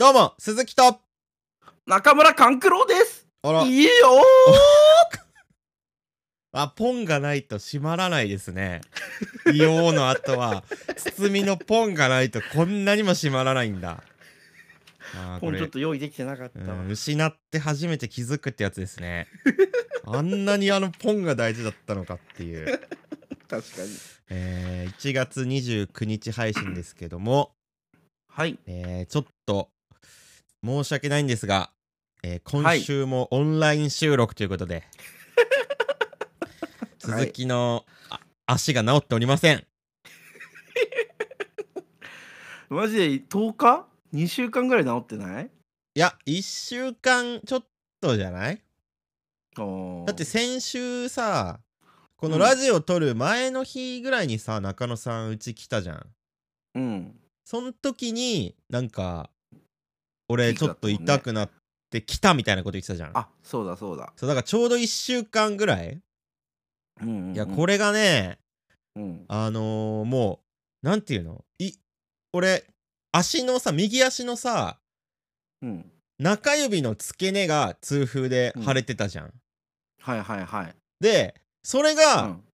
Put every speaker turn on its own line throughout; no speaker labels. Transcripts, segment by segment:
どうも、鈴木と。
中村勘九郎です。
あら
い、いよ
あ、ポンがないと閉まらないですね。 硫黄の後は、包みのポンがないとこんなにも閉まらないんだ。あー
ー。
こ
もうちょっ
れ、
と用意できてなかった
う
わ。
ん、失って初めて気づくってやつですね。あんなにあのポンが大事だったのかっていう。
確かに。
えー1月29日配信ですけども、
はい。
えーちょっと申し訳ないんですが、えー
は
今
い
週もオンライン収録ということで、 鈴木の、あ足が治っておりません
マジで10日 ?2 週間ぐらい治ってない
いや1週間ちょっとじゃない
おー
だって先週さこの
うん
ラジオ撮る前の日ぐらいにさ中野さんうち来たじゃん
うん。
そん時になんか俺
ピ
ち
ー
ょ
クだ
っ
った
と
もん
痛くな
ね
ってきたみたいなこと言ってたじゃん
あそうだそうだ。
そうだからちょうど1週間ぐらい
うんうんうん、
いやこれがね
うん。
あのーもう、なんていうのい、俺、足のさ、右足のさ、
うん。
中指の付け根が痛風で腫れてたじゃん。
はいはいはい。
で、それ
う
が
ん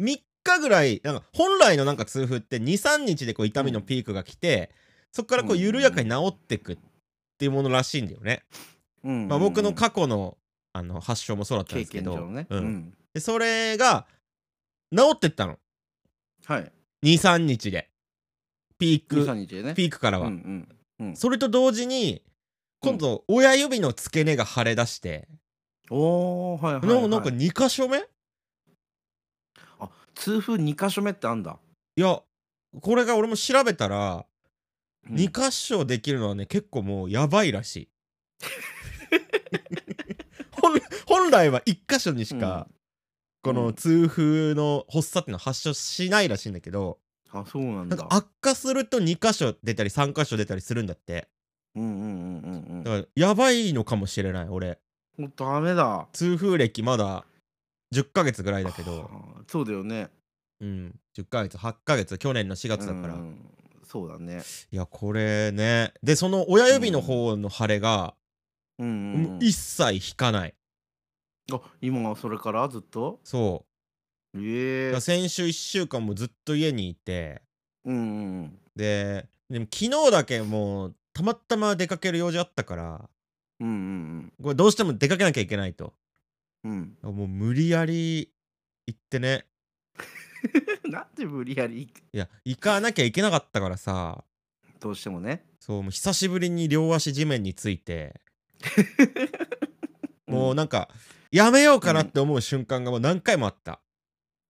3日ぐらい、なんか本来のなんか痛風って2、3日でこう痛みのピークが来て、そっからこう
うん
緩やかに治ってくっていうものらしいんだよね。
うんうん
まあ僕の過去のあの発症もそうだったん
経
ですけ
験
ど、
上ね。
う、
うんん。
でそれが治ってったの。
はい。
2、3日で。ピー
2、3日でね。
ク、ピークからは。
うんうんうん。
それと同時に今度親指の付け根が腫れ出して、
おー、はいはい、
な
は
んか
い。
なんか2箇所目い
あ痛風2箇所目ってあんだ。
やこれが俺も調べたら、
うん
2箇所できるのはね結構もうやばいらしい 本本来は1箇所にしか、
うん
こ
う
の
ん
痛風の発作っていうのは発症しないらしいんだけど、
あそうなん
な
だ。
んか悪化すると2箇所出たり3箇所出たりするんだって
うんうんうんうん
だからやばいのかもしれない俺
うん。もうダメだ。
痛風歴まだ10ヶ月ぐらいだけど
はあそうだよね
うん、10ヶ月8ヶ月去年の4月だから、
うんそうだね
いやこれねでその親指の方の腫れが、
うんうん
も
うん
う一切引かない
あ今はそれからずっと
そ
え
う
え
だから先週1週間もずっと家にいて
うんうん
ででも昨日だけもうたまたま出かける用事あったから
うんうん
これどうしても出かけなきゃいけないと
うんうん
もう無理やり行ってね
なんで無理やり
いや行かなきゃいけなかったからさ
どうしてもね
そうもう久しぶりに両足地面についてもうなんかやめようかなって思う瞬間がもう何回もあった、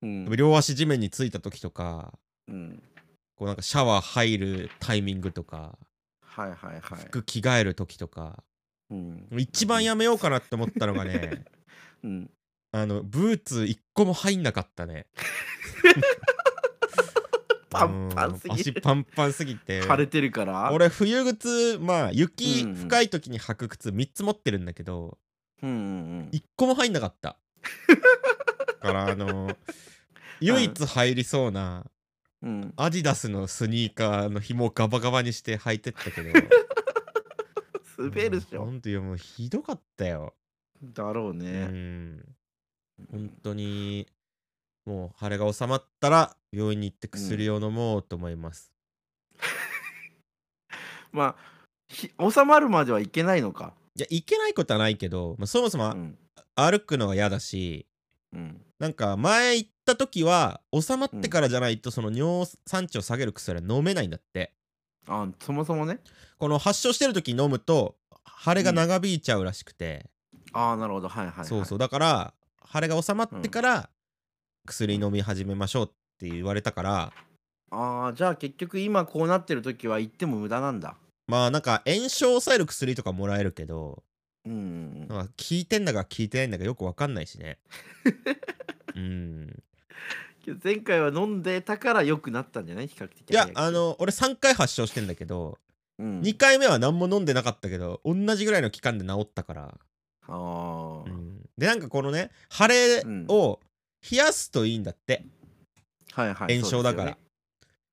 うん
両足地面についた時とか
うん
こうなんかシャワー入るタイミングとか
はいはいはい
服着替える時とか
うん
一番やめようかなって思ったのが ね
うん
あのブーツ一個も入んなかったね
パンパンすぎる
うん足パンパンすぎて
腫れてるから
俺冬靴まあ雪
うんうん
深い時に履く靴3つ持ってるんだけど、
うんうん
一個も入んなかった だからあの唯一入りそうな
うんうん
アディダスのスニーカーの紐をガバガバにして履いてったけど
滑るっし
うんほ
ょ
んといやもうひどかったよ、
だろう
う
ね
ん本当にもう腫れが治まったら病院に行って薬を飲もうと思います、
まあひ収まるまではいけないのか
いやいけないことはないけど、まあそもそも
う
あ
ん
歩くのが嫌だし
うん
なんか前行った時は収まってからじゃないとその尿酸値を下げる薬は飲めないんだって
あそもそもね
この発症してる時に飲むと腫れが長引いちゃうらしくて、
ああなるほどはいはいはい
そうそうだから腫れが治まってから薬飲み始めましょうって言われたから、
ああじゃあ結局今こうなってる時は行っても無駄なんだ
まあなんか炎症を抑える薬とかもらえるけど
うんうんうん
なんか効いてんだか効いてないんだかよくわかんないしねうん
けど前回は飲んでたから良くなったんじゃない比較的
いやあ、の俺3回発症してんだけど、
うん、
2回目は何も飲んでなかったけど同じぐらいの期間で治ったから、
あー、
うんでなんかこのね腫れを冷やすといいんだって、
はいはい
炎症だから
そうですよね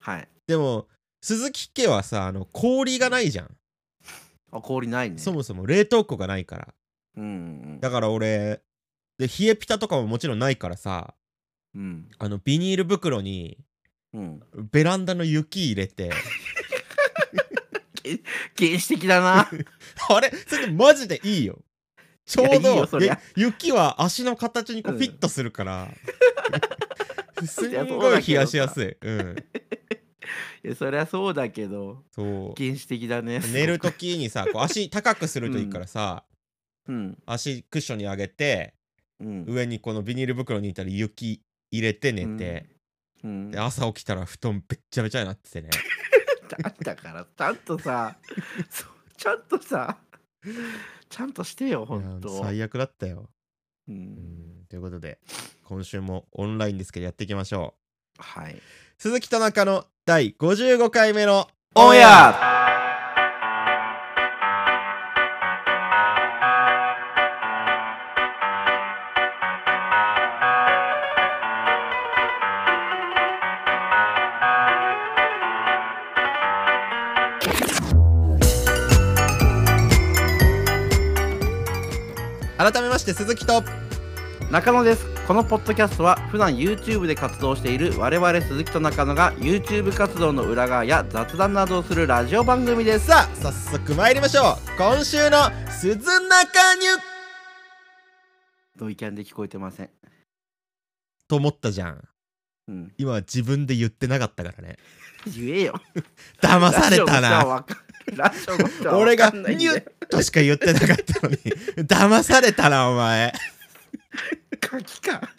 はい
でも鈴木家はさあの氷がないじゃん
あ氷ないね
そもそも冷凍庫がないから
うんうん
だから俺で冷えピタとかももちろんないからさ
うん
あのビニール袋に
うん
ベランダの雪入れ て
原始的 だな
あれそれマジでいいよちょう
いやいいよ
ど
そりゃ
で雪は足の形にこう
うん
フィットするから、すん
りゃ そう
ご
だ
い冷
けどさ
やしやすい、うん、
いやそりゃそうだけど
そう
原始的だね
寝る時にさこう足高くするといいからさ、
うん
足クッションに上げて
うん
上にこのビニール袋にいたら雪入れて寝て、
うん
で朝起きたら布団べっちゃべちゃになっててね
だだからちゃん とさそうちゃんとさちゃんとしてよ本
いや
当
最悪だったよ、
う
うんん、ということで今週もオンラインですけどやっていきましょ
はい。
う鈴木田中の第55回目の
オンエア
改めまして鈴木と
中野です。このポッドキャストは普段 YouTube で活動している我々鈴木と中野が YouTube 活動の裏側や雑談などをするラジオ番組です。
さあ早速参りましょう今週の鈴中ニュ
ドイキャンで聞こえてません。
と思ったじゃん
うん。
今自分で言ってなかったからね
言えよ。
騙されたな
ラジオの人はわ
俺
か
が
ん
ニ
ラジオ
ュ
の人はわかんないんだよ
ッとしか言ってなかったのに 騙されたなお前
書きか。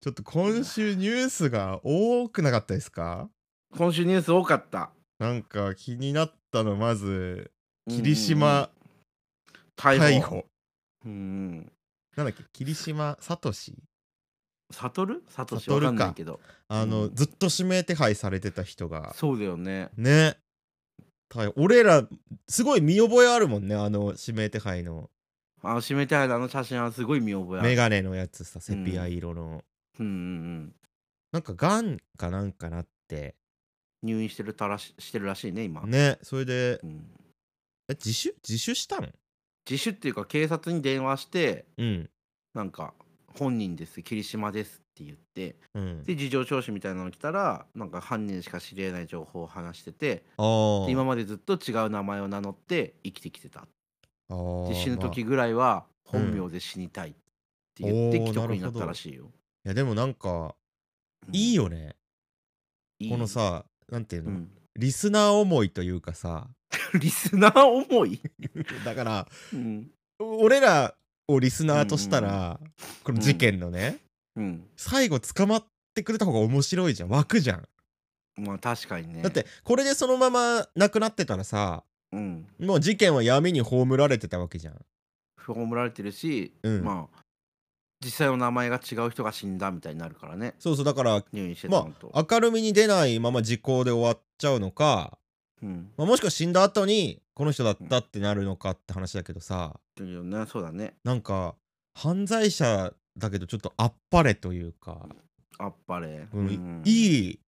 ちょっと今週ニュースが多くなかったですか
今週ニュース多かった。
なんか気になったのまず霧島
うんうんうん
逮
逮捕。
捕
うんうん。
なんだっけ霧島聡
悟る悟し
悟
わ
るか
かんないけど。
あの、
うん
ずっと指名手配されてた人が
そうだよね。
ね逮捕俺らすごい見覚えあるもんねあの指名手配の
あの締めてあるあの写真はすごい見覚えある。
メガネのやつさセピア色の、
うんうんうん。
なんかがんかなんかなって
入院してるたらししてるらしいね今、
ねそれで
うん。
え自首自首したの
自首っていうか警察に電話して
うん
なんか本人です霧島ですって言って
うん
で事情聴取みたいなの来たらなんか犯人しか知り得ない情報を話してて
あー
で今までずっと違う名前を名乗って生きてきてた
あ
で
ー
死ぬ
まあ
時ぐらいは本名で死にたいって言って
うん
既
おー
得に
なる
な
ほ
っ
ど
たらしいよ、
いやでもなんか
うん
いいよね、
いい
このさなんていうの、
うん、
リスナー思いというか さ
リスナー思い、
だから
うん
俺らをリスナーとしたら、この事件のね、
うん、
最後捕まってくれた方が面白いじゃん湧くじゃん、
まあ確かにね
だってこれでそのまま亡くなってたらさ
うん
もう事件は闇に葬られてたわけじゃん
葬られてるし、
うん
まあ実際の名前が違う人が死んだみたいになるからね
そうそうだから
入院してたの
ま
と、
あ明るみに出ないまま時効で終わっちゃうのか、
うん
まあ、もしくは死んだ後にこの人だったってなるのかって話だけどさ
というねそうだね
なんか犯罪者だけどちょっとあっぱれというか、
あっぱれ、
うん
い
いい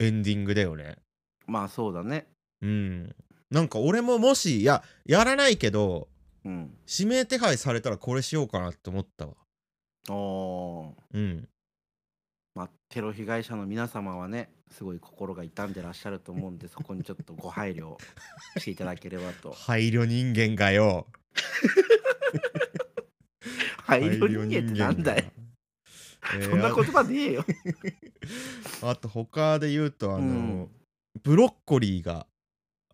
エンディングだよね
まあそうだね
うんなんか俺ももしいややらないけど
うん
指名手配されたらこれしようかなって思ったわ
おー
うん
まあテロ被害者の皆様はねすごい心が痛んでらっしゃると思うん でそこにちょっとご配慮していただければと
配慮人間がよ
配慮人間ってなんだよ
配慮人間が
そんな言葉ねえよ
えーああと他で言うとあの、
うん
ブロッコリーが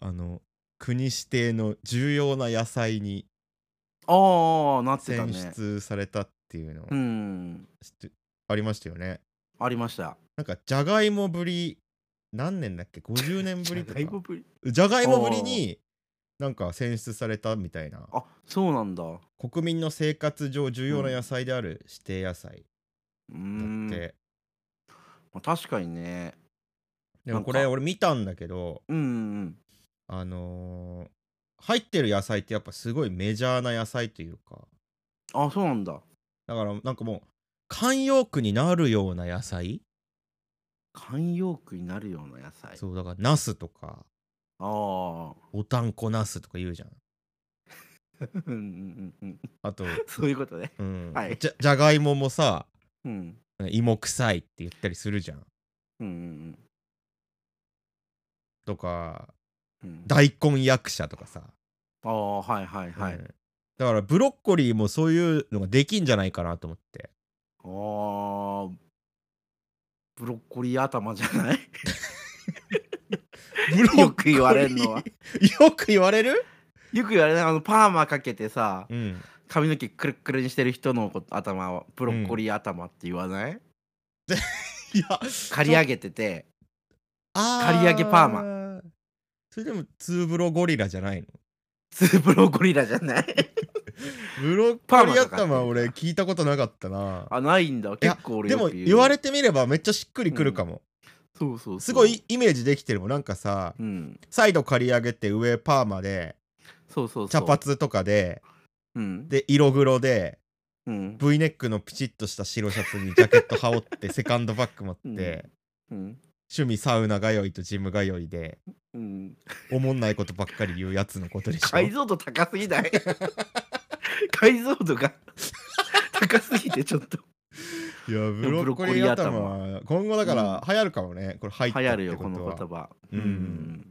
あの国指定の重要な野菜に
ああなってた
選
ね
出されたっていうの、
うん
知ってありましたよね
ありました
なんかじゃがいもぶり何年だっけ50年ぶりと
じゃがいも
か
ぶり
じゃがいもぶりになんか選出されたみたいな
あそうなんだう
国民の生活上重要な野菜である指定野菜だ
ーん
って、
まあ、確かにね
でもこれ
なんか
俺見たんだけど
うんうん
あのー入ってる野菜ってやっぱすごいメジャーな野菜というか
うんあそうなんだ
だからなんかもう慣用句になるような野菜
慣用句になるような野菜
そうだからナスとか
あ
ボタンこなすとか言うじゃん。
あ。うんうんうんうん
あと、
そういうことね。
うん
はい
じゃじゃがいももさ
うん。
芋臭いって言ったりするじゃん。
うんうん
とか
うんうん。
大根役者とかさ、
ああ、はいはいはい。
うんだからブロッコリーもそういうのができんじゃないかなと思って
ああ。ブロッコリー頭じゃない
ブロッコリー
よく言われるの は
よく言われる、
よく言われないあのパーマかけてさ
うん、
髪の毛くるくるにしてる人のこと頭はブロッコリー頭って言わない、
いや
刈り上げてて
刈
刈り上げパ
マ
ー
それでもツーブロゴリラじゃないの
スープロゴリラじゃない
ブロッ
パ
コ
ーマ
リ
かかってる
頭は俺聞いたことなかったな
あないんだ結構俺
で
よ
も
く言う
言われてみればめっちゃしっくりくるかも、
そうそうそう
すごいイメージできてるもんなんかさ
うん
サイド刈り上げて上パーマで
そうそうそ
茶
う
髪とかで
うん
で色黒で
うん
V ネックのピチッとした白シャツにジャケット羽織ってセカンドバッグ持って、
うん
趣
うん
味サウナ通いとジム通いで
うん
おもんないことばっかり言うやつのことでしょ
解像度高すぎない 解像 度が高すぎてちょっと
いやブロッコリー頭は今後だから流行るかもね、これ入った
流
っ
行る
て
よ
こ
この
とは
言葉
うん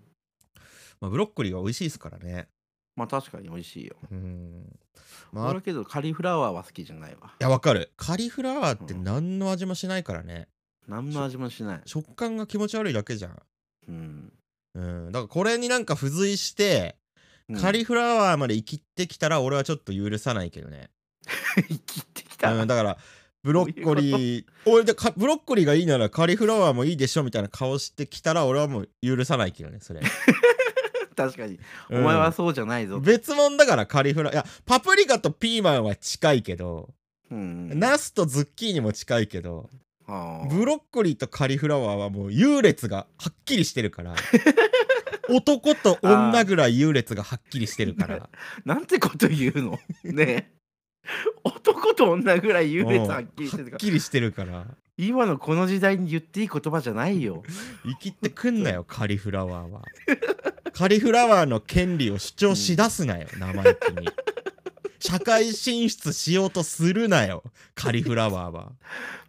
まあ、ブロッコリーは美味しいですからね
まあ確かに美味しいよ、
うんまあ
俺けどカリフラワーは好きじゃないわ
いやわかるカリフラワーって何の味もしないからね、
何の味もしない
食感が気持ち悪いだけじゃん
うん
うんだからこれになんか付随して、
うん
カリフラワーまで生きてきたら俺はちょっと許さないけどね、
生きてきた、
うん、
あ
だからブロッコリー俺でかブロッコリーがいいならカリフラワーもいいでしょみたいな顔してきたら俺はもう許さないけどねそれ、
確かに、
うん
お前はそうじゃないぞ
別物だからカリフラワーいやパプリカとピーマンは近いけど、
うんうん
ナスとズッキーニも近いけど
あー
ブロッコリーとカリフラワーはもう優劣がはっきりしてるから 男と女ぐらい優劣がはっきりしてるから
なんてこと言うのねえ男と女ぐら い優劣はっきりしてる
はっ
から
きりしてるから
今のこの時代に言っていい言葉じゃないよ
生きてくんなよカリフラワーはカリフラワーの権利を主張しだすなよ生意気に社会進出しようとするなよカリフラワーは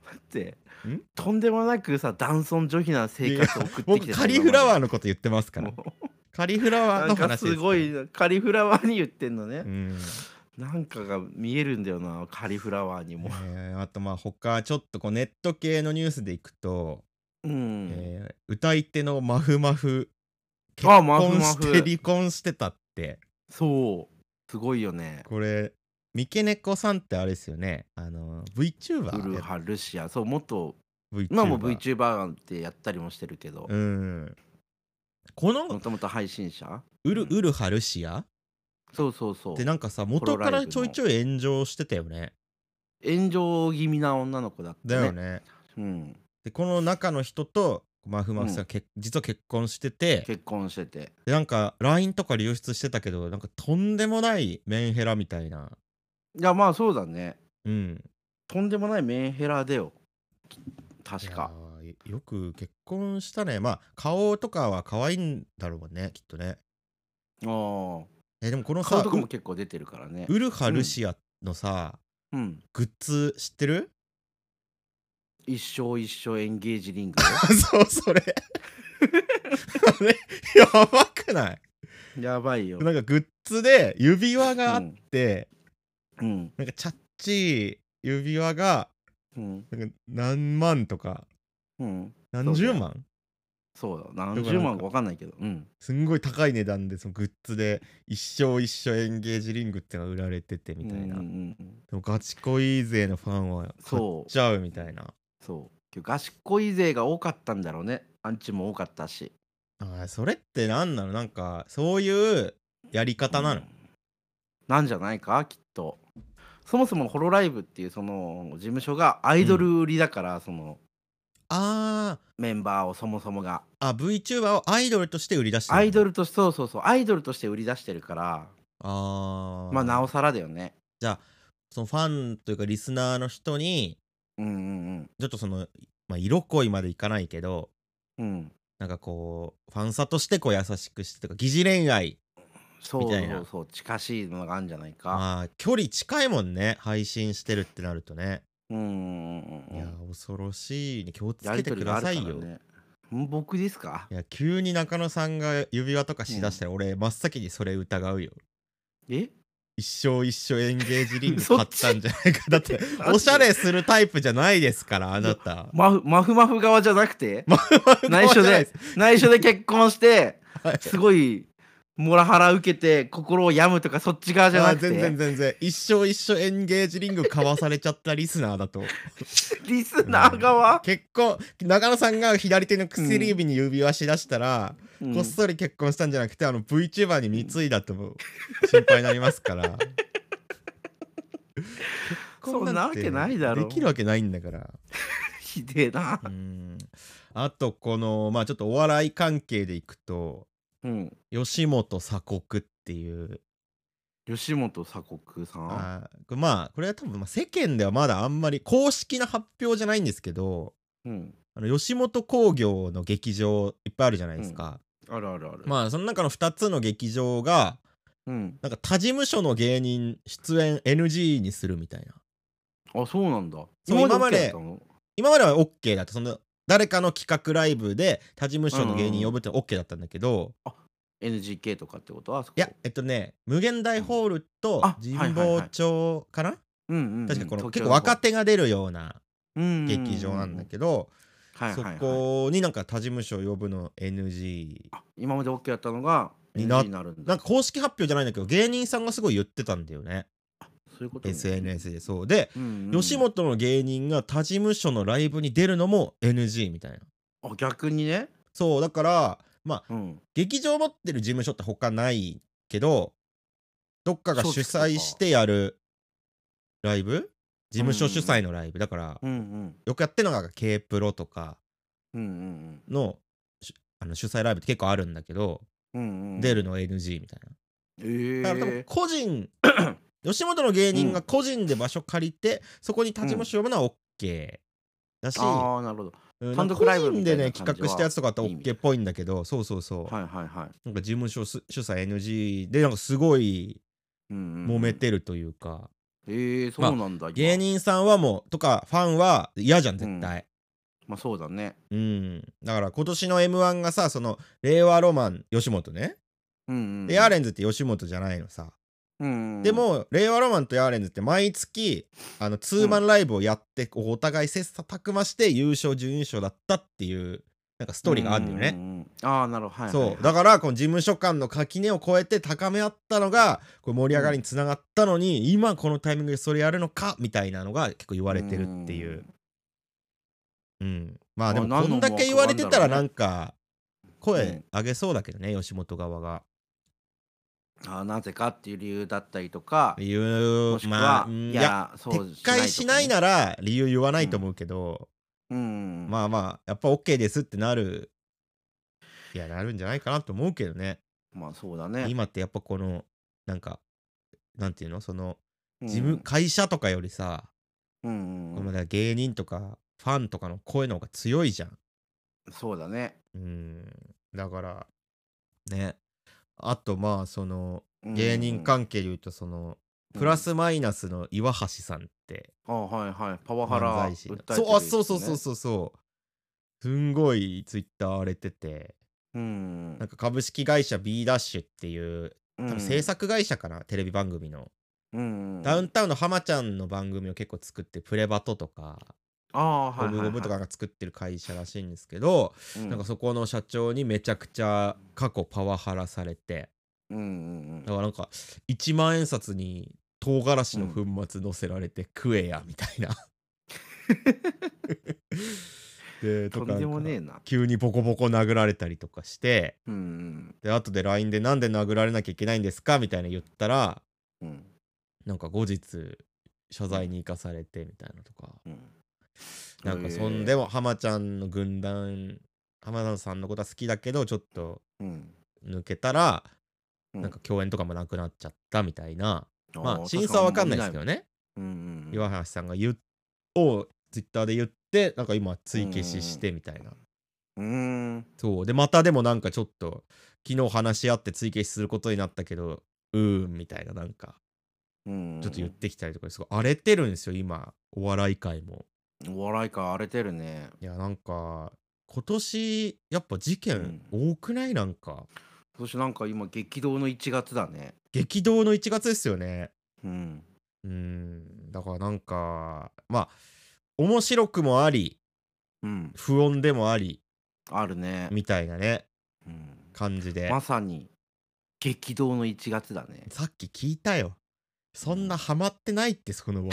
だって
ん
とんでもなくさ男尊女卑な生活を送ってき
僕
て
カリフラワー
ー
のこと言ってますから
も
カリフラワー
な
の
んか
話です
すごいカリフラワーに言ってんのね
う、ん
なんかが見えるんだよなカリフラワーにも
えーあとまあ他ちょっとこうネット系のニュースでいくと、
う ん、
えー歌い手のまふまふ結
あまふ
婚
ま
し
ふ
て離婚してたって
そうすごいよね
これ三毛猫さんってあれですよねあの VTuber
ウル
や
ハルシアそうもっと
VTuber
今も VTuber ってやったりもしてるけど
うんこ
も
の
ともと配信者
ウルウルハルシア
そうそうそう
ってなんかさ元
ホ
か
ロライブ
ら
の
ちょいちょい炎上してたよね
炎上気味な女の子だった
だ
ね
よね
うん、
でこの中の人とまふまふさんがけ、実は結婚してて
結婚してて
でなんか LINE とか流出してたけどなんかとんでもないメンヘラみたいない
やまあそうだね
うん
とんでもないメンヘラだよ確か
いやーよく結婚したねまあ顔とかは可愛いんだろうねきっとね
あー
えでもこの
顔
さ
とかも結構出てるからね
ウルハルシアのさ、
うん
グッズ知ってる
一生一生エンゲージリング
そうそれあれやばくない
やばいよ、
なんかグッズで指輪があって、
うん
なんかチャッチー指輪が
うん
なんか何万とか
うん
何十万
そうだ何十万か分かんないけどうん
すんごい高い値段でそのグッズで一生一生エンゲージリングってのが売られててみたいな、
うんうん
で
うんうん
もガチ恋勢のファンは買っ
そう
ちゃうみたいな
そう今日ガシコイ勢が多かったんだろうねアンチも多かったし
あーそれって何なのなんかそういうやり方なの、
うんなんじゃないかきっとそもそもホロライブっていうその事務所がアイドル売りだから、その
あー
メンバーをそもそもが
あ VTuber をアイドルとして売り出して
アイド
ル
ルとしてそうそうそうアイドルとして売り出してるから
あー
まあなおさらだよね
そのファンというかリスナーの人に
うんうん
ちょっとその、まあ、色恋までいかないけど
うんうん
なんかこうファンサとしてこう優しくしてとか疑似恋愛
そう
みたい
そ
な
うそう近しいのがあるんじゃないか
まあ距離近いもんね配信してるってなるとね、
うんうんうん
いや
うん
恐ろしいね気をつ
や
け
り
て
とり
く
があ
だ
るか
さ
ら
いよ、
ねん僕ですか
いや急に中野さんが指輪とかしだしたら、俺真っ先にそれ疑うよ
え
一生一生エンゲージリング
そ
買
っ
っ
ち
たんじゃないかだ っておしゃれするタイプじゃないですからあなた
マフマフマフ側じゃなくて 内緒で内緒で結婚して
はい
すごいモラハラ受けて心を病むとかそっち側じゃ
あ
な
ー
くて
全然全然一生一生エンゲージリング買わされちゃったリスナーだと
リスナー側、
結婚中野さんが左手の薬指に指輪しだしたら、
うん
こっそり結婚したんじゃなくてあの VTuber に貢いだとも心配になりますから結婚て
そんなわけないだろ
できるわけないんだから
ひでえな
う、んあとこのまあちょっとお笑い関係でいくと
うん、
吉本鎖国っていう
吉本鎖国さん
あーこれまあこれは多分まあ世間ではまだあんまり公式な発表じゃないんですけど
うん
あの吉本興業の劇場いっぱいあるじゃないですか、
あるあるある、
まあその中の2つの劇場が
うん、
なんか他事務所の芸人出演 NG にするみたいな
あそうなんだ
そう今まで
OK だったの
今までは OK だったその誰かの企画ライブで他事務所の芸人呼ぶって OK だったんだけど、
NGK とかってことはあそこ
いやえっとね無限大ホールと
あ
神
はいはい
保
はい
町かな、
うんうんうん、
確かこの結構若手が出るような劇
劇
場なんだけど、
ど、はいはいはい、
そこになんか他事務所呼ぶの NG
あ今まで OK だったのが NG
に
に
な
なるんだ
なんか公式発表じゃないんだけど芸人さんがすごい言ってたんだよね
そういうことね、
SNS でそうで、
うんうん
吉本の芸人が他事務所のライブに出るのも NG みたいな
あ逆にね、
そうだからまあ
うん、
劇場持ってる事務所って他ないけどどっかが
そう
主
ですか
催してやるライブ事務所主催のライブだから
うんうん
よくやってるのが k プロとか
うんうん
のしあの主催ライブって結構あるんだけど
うんうんうん
出るの NG みたい
え
なだから多分
ー、
個 人吉本の芸人が個人で場所借りてそこに立ち務所呼ぶのは OK だし
ああなるほど
うん
単独ライブ
個人
みた
で
いな
ね
感じは
企画したやつとかだったら
いいみ
OK
たい
っぽいんだけどそうそうそう
はいはいはい、
なんか事務所す主催 NG でなんかすごい
うんうんうん
揉めてるというか、
えー、そうなんだ、今
芸人さんはもうとかファンは嫌じゃん絶対
まあそうだね
うん、だから今年の m 1がさその令和ロマン吉本ね、
うんうん
でヤーレンズって吉本じゃないのさ、
うんうん
でも令和ロマンとヤーレンズって毎月あのツーマンライブをやって、こうお互い切磋琢磨して優勝準優勝だったっていうなんかストーリーがあるんだよね、
ううんうんああなるほどはいはいはい
そうだからこの事務所間の垣根を越えて高め合ったのがこう盛り上がりにつながったのに、今このタイミングでそれやるのかみたいなのが結構言われてるっていう、うんまあで
ま
も
あ
こ
何の
ん
思
だ
惑
け言われてたら
が
な
ある
ん
ん
か声上げそうだけどね、吉本側が。
あーなぜかっていう理由だったりとか
理由
もしくは、
まあうん
い
い
や
や
そう
撤回しない
とかね
なら理由言わないと思うけど、
うんうん
まあまあやっぱ OK ですってなるいやなるんじゃないかなと思うけどね。
まあそうだね
今ってやっぱこのなんかなんていうのその
うん
自分、会社とかよりさ、
うん
こ
う
のだ
ん
から芸人とかファンとかの声の方が強いじゃん
そうだね、
うんだからねあとまあその
うんうん
芸人関係で言うとそのプラスマイナスの岩橋さんって
あはいはいパワハラ
漫才
訴え
師
てる
の
やつね
そうあそうそうそうそうそうすんごいツイッター荒れてて
うん
なんか株式会社 B ダッシュっていう
う
多
ん
分制作会社かな、テレビ番組の
うんうん
ダウンタウンの浜ちゃんの番組を結構作ってプレバトとか
ああは
ゴ
いはい
ム
はい
ゴムとかが作ってる会社らしいんですけど
うん
なんかそこの社長にめちゃくちゃ過去パワハラされて
うんうん
だからなんか1万円札に唐辛子の粉末乗せられて食えやみた いな。で
う
と
んと
か
んでもね
な
え
んか
な
急にボコボコ殴られたりとかして
うん
で後で LINE で「なんで殴られなきゃいけないんですか?」みたいな言ったら
うんうん
なんか後日謝罪に生かされてみたいなとか
うん
なんか
へえ
そんでも浜ちゃんの軍団浜田さんのことは好きだけどちょっと
うん
抜けたら
うん
なんか共演とかもなくなっちゃったみたいなま
ー
あ審査はわかんないですけ
確
ど
に
ね
あんま見ないもんうんうん
岩橋さんが言うをツイッターで言ってなんか今追消ししてみたいな
うーん。
そうでまたでもなんかちょっと昨日話し合って追記することになったけどうーんみたいななんか
うん。
ちょっと言ってきたりとかですごい荒れてるんですよ今お笑い界も
お笑いか荒れてるね。
いやなんか今年やっぱ事件多くないなんか
今年なんか今激動の1月だね。
激動の1月ですよね
うん。
うんだからなんかまあ面白くもあり
うん。
不穏でもあり
あるね。
みたいなね
うん
感じで。
まさに激動の1月だね
さっき聞いたよそんなハマってないってそのワー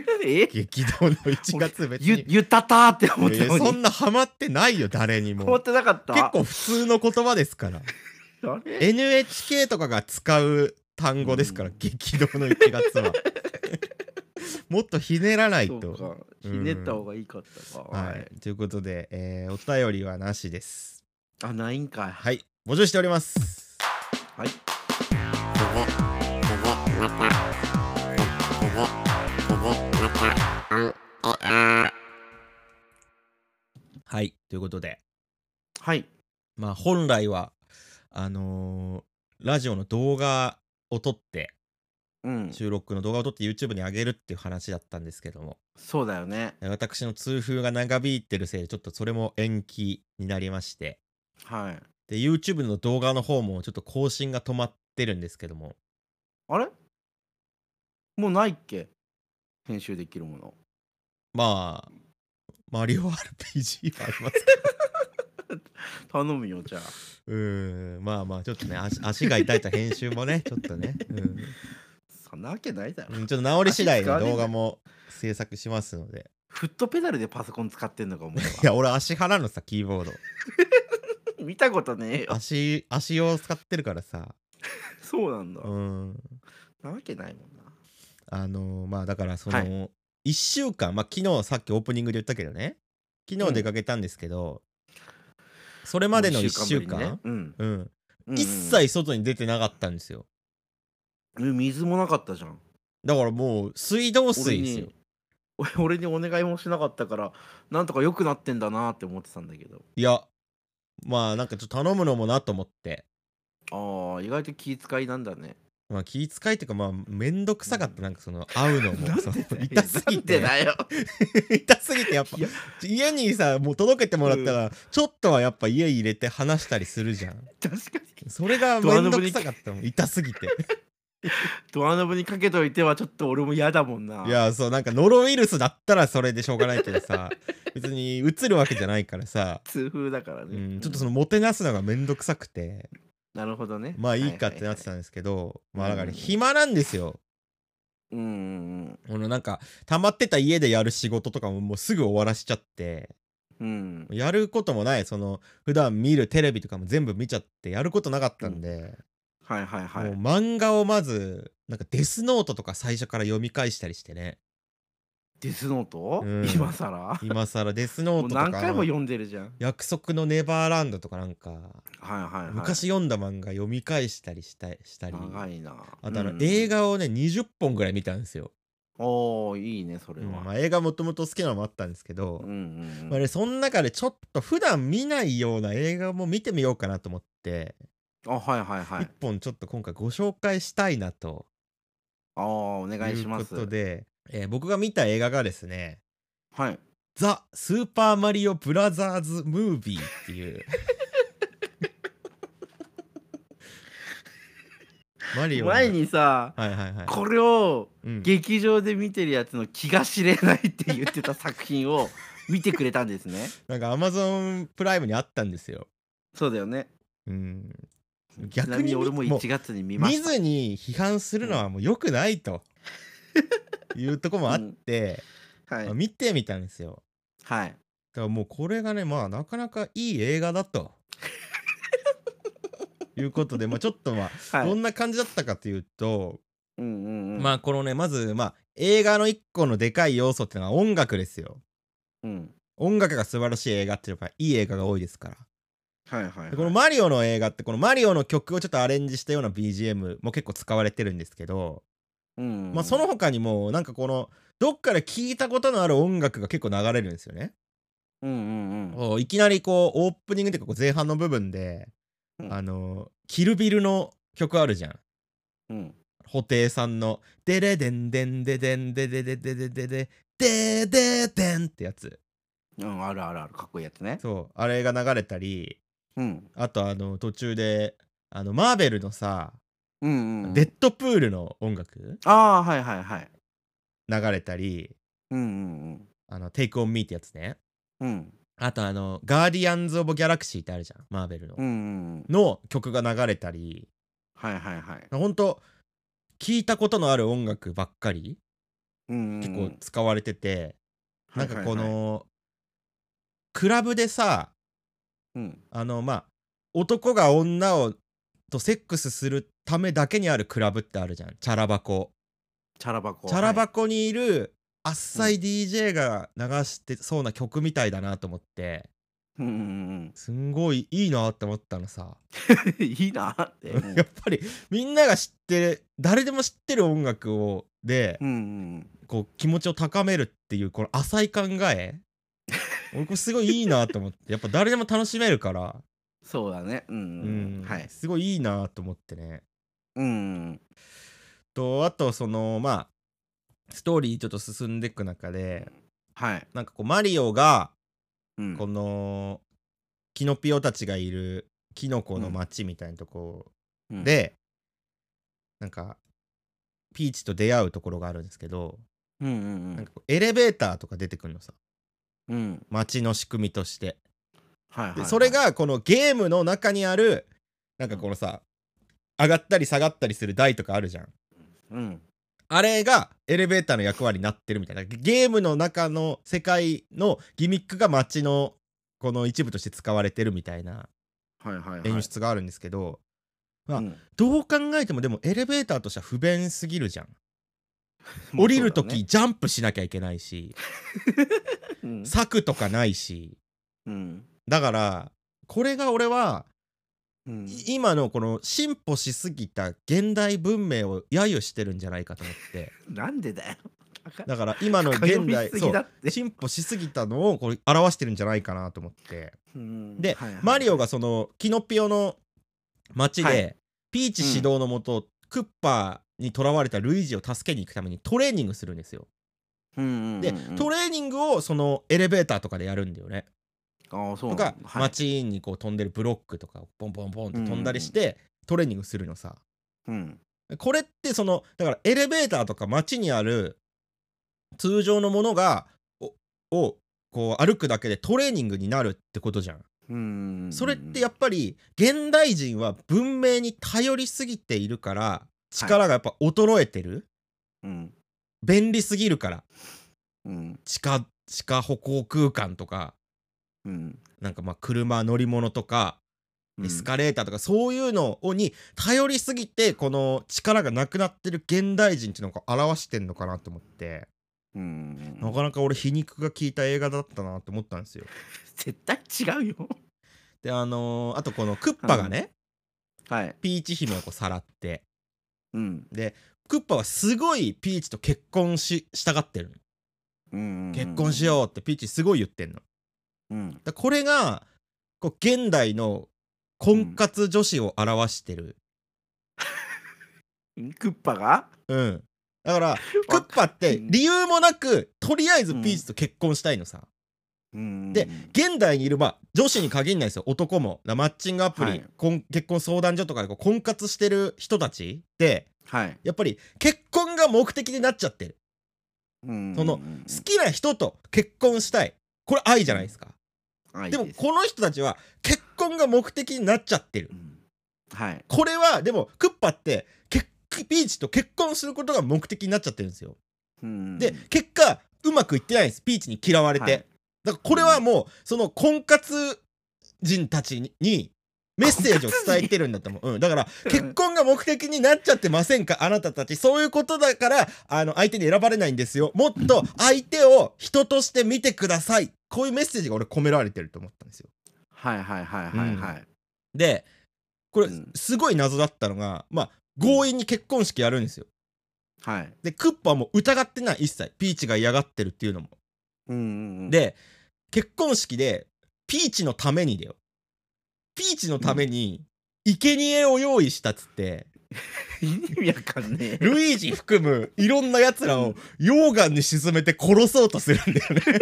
ド
え
激動の1月別
ゆ
に
ゆたたーって思っ
い
た
や
の
そ
に
んなハマってないよ誰に
思
も
ってなかった
結構普通の言葉ですから
構あれ
NHK とかが使う単語ですから、
うん
激動の1月 はもっとひねらない
そう
と
かひねった方がいいかったか、
はい、ということで、えーお便りはなしです
あないんかい
はい募集しております
はい
はいということで
はい
まあ本来はあのーラジオの動画を撮って
うん
収録の動画を撮って YouTube に上げるっていう話だったんですけども
そうだよね
私の痛風が長引いてるせいでちょっとそれも延期になりまして
はい
で YouTube の動画の方もちょっと更新が止まってるんですけども
あれもうないっけ編集できるもの
まあマリオ RPG はありますけ ど
頼むよじゃあ
うーんまあまあちょっとね足足が痛いと編集もね ちょっとね、
そんなわけないだろ
うんうん、ちょっと治り次第
足使わねえん
動
だ
画も制作しますので
フットペダルでパソコン使ってんのかお前
いや
は
俺足派なのさキーボード
見たことねえよ
足足を使ってるからさ
そうなんだ、
うん
なわけないもんな
あのーまあだからそ
は
の、一1週間まあ昨日さっきオープニングで言ったけどね昨日出かけたんですけど、それまでの1週間
もう一ぶりね
うん
うん
一
うん
切外に出てなかったんですよ
うんえ水もなかったじゃん
だからもう水道
俺
水ですよ
に 俺にお願いもしなかったからなんとか良くなってんだなって思ってたんだけど
いやまあなんかちょっと頼むのもなと思って
ああ意外と気遣いなんだね
まあ気遣いっていうかまあめんどくさかったなんかその会うのもその痛すぎ
出
て
ないよ
痛すぎてやっぱ
いや
家にさもう届けてもらったらちょっとはやっぱ家入れて話したりするじゃん
確かに
それがめんどくさかったもん痛すぎて
ドアノブにかけといてはちょっと俺も嫌だもんない
やそうなんかノロウイルスだったらそれでしょうがないけどさ 別にうつるわけじゃないからさ
痛風だから
う
ね、
ん、ちょっとそのもてなすのがめんどくさくて
なるほどね
まあいいかってなって
は
たんですけどまあだから
うん
暇なんですよ
いはいはいうん
このなんか溜まってた家でやる仕事とかももうすぐ終わらしちゃって
うんうん
やることもないその普段見るテレビとかも全部見ちゃってやることなかったんで、
はいはいはい
もう漫画をまずなんかデスノートとか最初から読み返したりしてね
デスノート、
うん
今さら
今更デスノ
も
ート
う
とか
何回も
あの
読んでるじゃん
約束のネバーランドとかなんか
はいはいはい
昔読んだ漫画読み返したりしたしたり
長いな
あとあの
うん
映画をね20本ぐらい見たんですよ。
おおいいねそれ
うんま
は
あ、映画もともと好きなのもあったんですけど、
うんうんうん
まあね、その中でちょっと普段見ないような映画も見てみようかなと思って、
あはいはいは
一
い
本ちょっと今回ご紹介したいなと
ああお
い
願いし
う
ま
こ
す
とで、えー僕が見た映画がですね
はい
「ザ・スーパーマリオブラザーズ・ムービー」っていう マリオの
前にさ
はいはいはい、
これを
うん
劇場で見てるやつの気が知れないって言ってた作品 を見てくれたんですね
なんかアマゾンプライムにあったんですよ。
そうだよね
うん、
ちな
逆
み
に
に俺も
もう
1月に見ま
見
した
ずに批判するのはもう良くない というとこもあって、
はい
まあ見てみたんですよ。
はい
だからもうこれがねまあなかなかいい映画だ と。いうことで、まあ、ちょっとまあ、
はい
どんな感じだったかというと、
うんうんうん
まあこのねまずまあ映画の一個のでかい要素っていうのは音楽ですよ。
うん
音楽が素晴らしい映画っていうのがいい映画が多いですから。
はいはいはい
でこのマリオの映画ってこのマリオの曲をちょっとアレンジしたような BGM も結構使われてるんですけど、
うんうん
まあその他にもなんかこのどっかで聞いたことのある音楽が結構流れるんですよね。
うんうんうん。
おいきなりこうオープニングっていうかこう前半の部分で、
うん
あのキルビルの曲あるじゃん
うん。
布袋さんの「デレデンデンデデンデデデデデデデデデデン」ってやつ
うん、あるあるある。かっこいいやつね。
そうあれが流れたり
うん。
あとあの途中であのマーベルのさ、
うんうん。
デッドプールの音楽
ああ、はいはいはい。
流れたり
うんうん
あの「Take on Me」ってやつね
うん。うん。
あとあの「ガーディアンズ・オブ・ギャラクシー」ってあるじゃんマーベルの、
うんうんうん。
の曲が流れたり
はいはいはい。
ほんと聞いたことのある音楽ばっかり
うんうん。
結構使われてて、
は
な
いはい
ん
は
か
い
この、クラブでさ
うん。
あのまあ男が女をとセックスするためだけにあるクラブってあるじゃんチャラ箱
チャラ箱。
チャラ
はい
箱にいるあっさい DJ が流してそうな曲みたいだなと思って
うんうん
すんごいいいなって思ったのさ、
うん。い いなって。うん
やっぱりみんなが知ってる誰でも知ってる音楽をで
うんうん
こう気持ちを高めるっていうこの浅い考え俺これすごいいいなと思ってやっぱ誰でも楽しめるから、
そうだね。う
うん
うん。はい。
すごいいいなと思ってね
うん
とあとそのまあストーリーちょっと進んでいく中で
はい。
なんかこうマリオが
うん
このキノピオたちがいるキノコの町みたいなとこ、で、なんかピーチと出会うところがあるんですけど、
うんうんう
なん
ん
かこうエレベーターとか出てくるのさ
うん。
町の仕組みとして
はいはいは
で
い。
それがこのゲームの中にあるなんかこのさ上がったり下がったりする台とかあるじゃん
うん。
あれがエレベーターの役割になってるみたいなゲームの中の世界のギミックが街のこの一部として使われてるみたいな
はいはいはい。
演出があるんですけど、が
うん。
どう考えてもでもエレベーターとしては不便すぎるじゃん降りるとき、ジャンプしなきゃいけないし
うん
柵とかないし
うん
だからこれが俺は
うん
い今のこの進歩しすぎた現代文明を揶揄してるんじゃないかと思って
なんでだよ。
だから今の 現代
そ
そう
う。
進歩しすぎたのをこれ表してるんじゃないかなと思って
うん
で、
はいはい
マリオがそのキノピオの町で、
はい
ピーチ指導のもと、クッパーに囚われたルイージを助けに行くためにトレーニングするんですよ。
うんうんうん
で、トレーニングをそのエレベーターとかでやるんだよね。
ああ
と
そうなん
か
だ、はい
街にこう飛んでるブロックとかをポンポンポンって飛んだりして、トレーニングするのさ。
うん
これってそのだからエレベーターとか街にある通常のものがををこう歩くだけでトレーニングになるってことじゃん。
うん
それってやっぱり現代人は文明に頼りすぎているから力がやっぱ衰えてる、
うん
便利すぎるから
うん
地下地下歩行空間とか
うん
なんかまあ車乗り物とか
うん
エスカレーターとかそういうのに頼りすぎてこの力がなくなってる現代人っていうのを表してんのかなと思って
うん
なかなか俺皮肉が効いた映画だったなと思ったんですよ。
絶対違うよ
であのーあとこのクッパがね、
はい
ピーチ姫をこうさらって
うん
クッパはすごいピーチと結婚ししたがってるの
うん
結婚しようってピーチすごい言ってんの。
うんうん
だこれがこう現代の婚活女子を表してる。
うんクッパが
うん、だからクッパって理由もなくとりあえずピーチと結婚したいのさ、
うん
で現代にいるまあ女子に限んないですよ男もだマッチングアプリ、
はい
婚結婚相談所とかでこう婚活してる人たちって
はい
やっぱり結婚が目的になっちゃってる
うん
その
うん
好きな人と結婚したいこれ愛じゃないですか、
はい
でも
す
この人たちは結婚が目的になっちゃってる
うんはい
これはでもクッパって結ピーチと結婚することが目的になっちゃってるんですよ
うん
で結果うまくいってないんですピーチに嫌われて、
はい
だからこれはもうその婚活人たちににメッセージを伝えてるんだと思う、うん、だから結婚が目的になっちゃってませんかあなたたちそういうことだからあの相手に選ばれないんですよもっと相手を人として見てくださいこういうメッセージが俺込められてると思ったんですよ
はいはいはいはいはい
でこれ
うん
すごい謎だったのがまあ強引に結婚式やるんですよ
はい
でクッパも疑ってない一切ピーチが嫌がってるっていうのも
うんうんうん
で結婚式でピーチのためにだよピーチのために生贄を用意したっつって
意味わかん ねえ。
ルイージ含むいろんなやつらを溶岩に沈めて殺そうとするんだよねで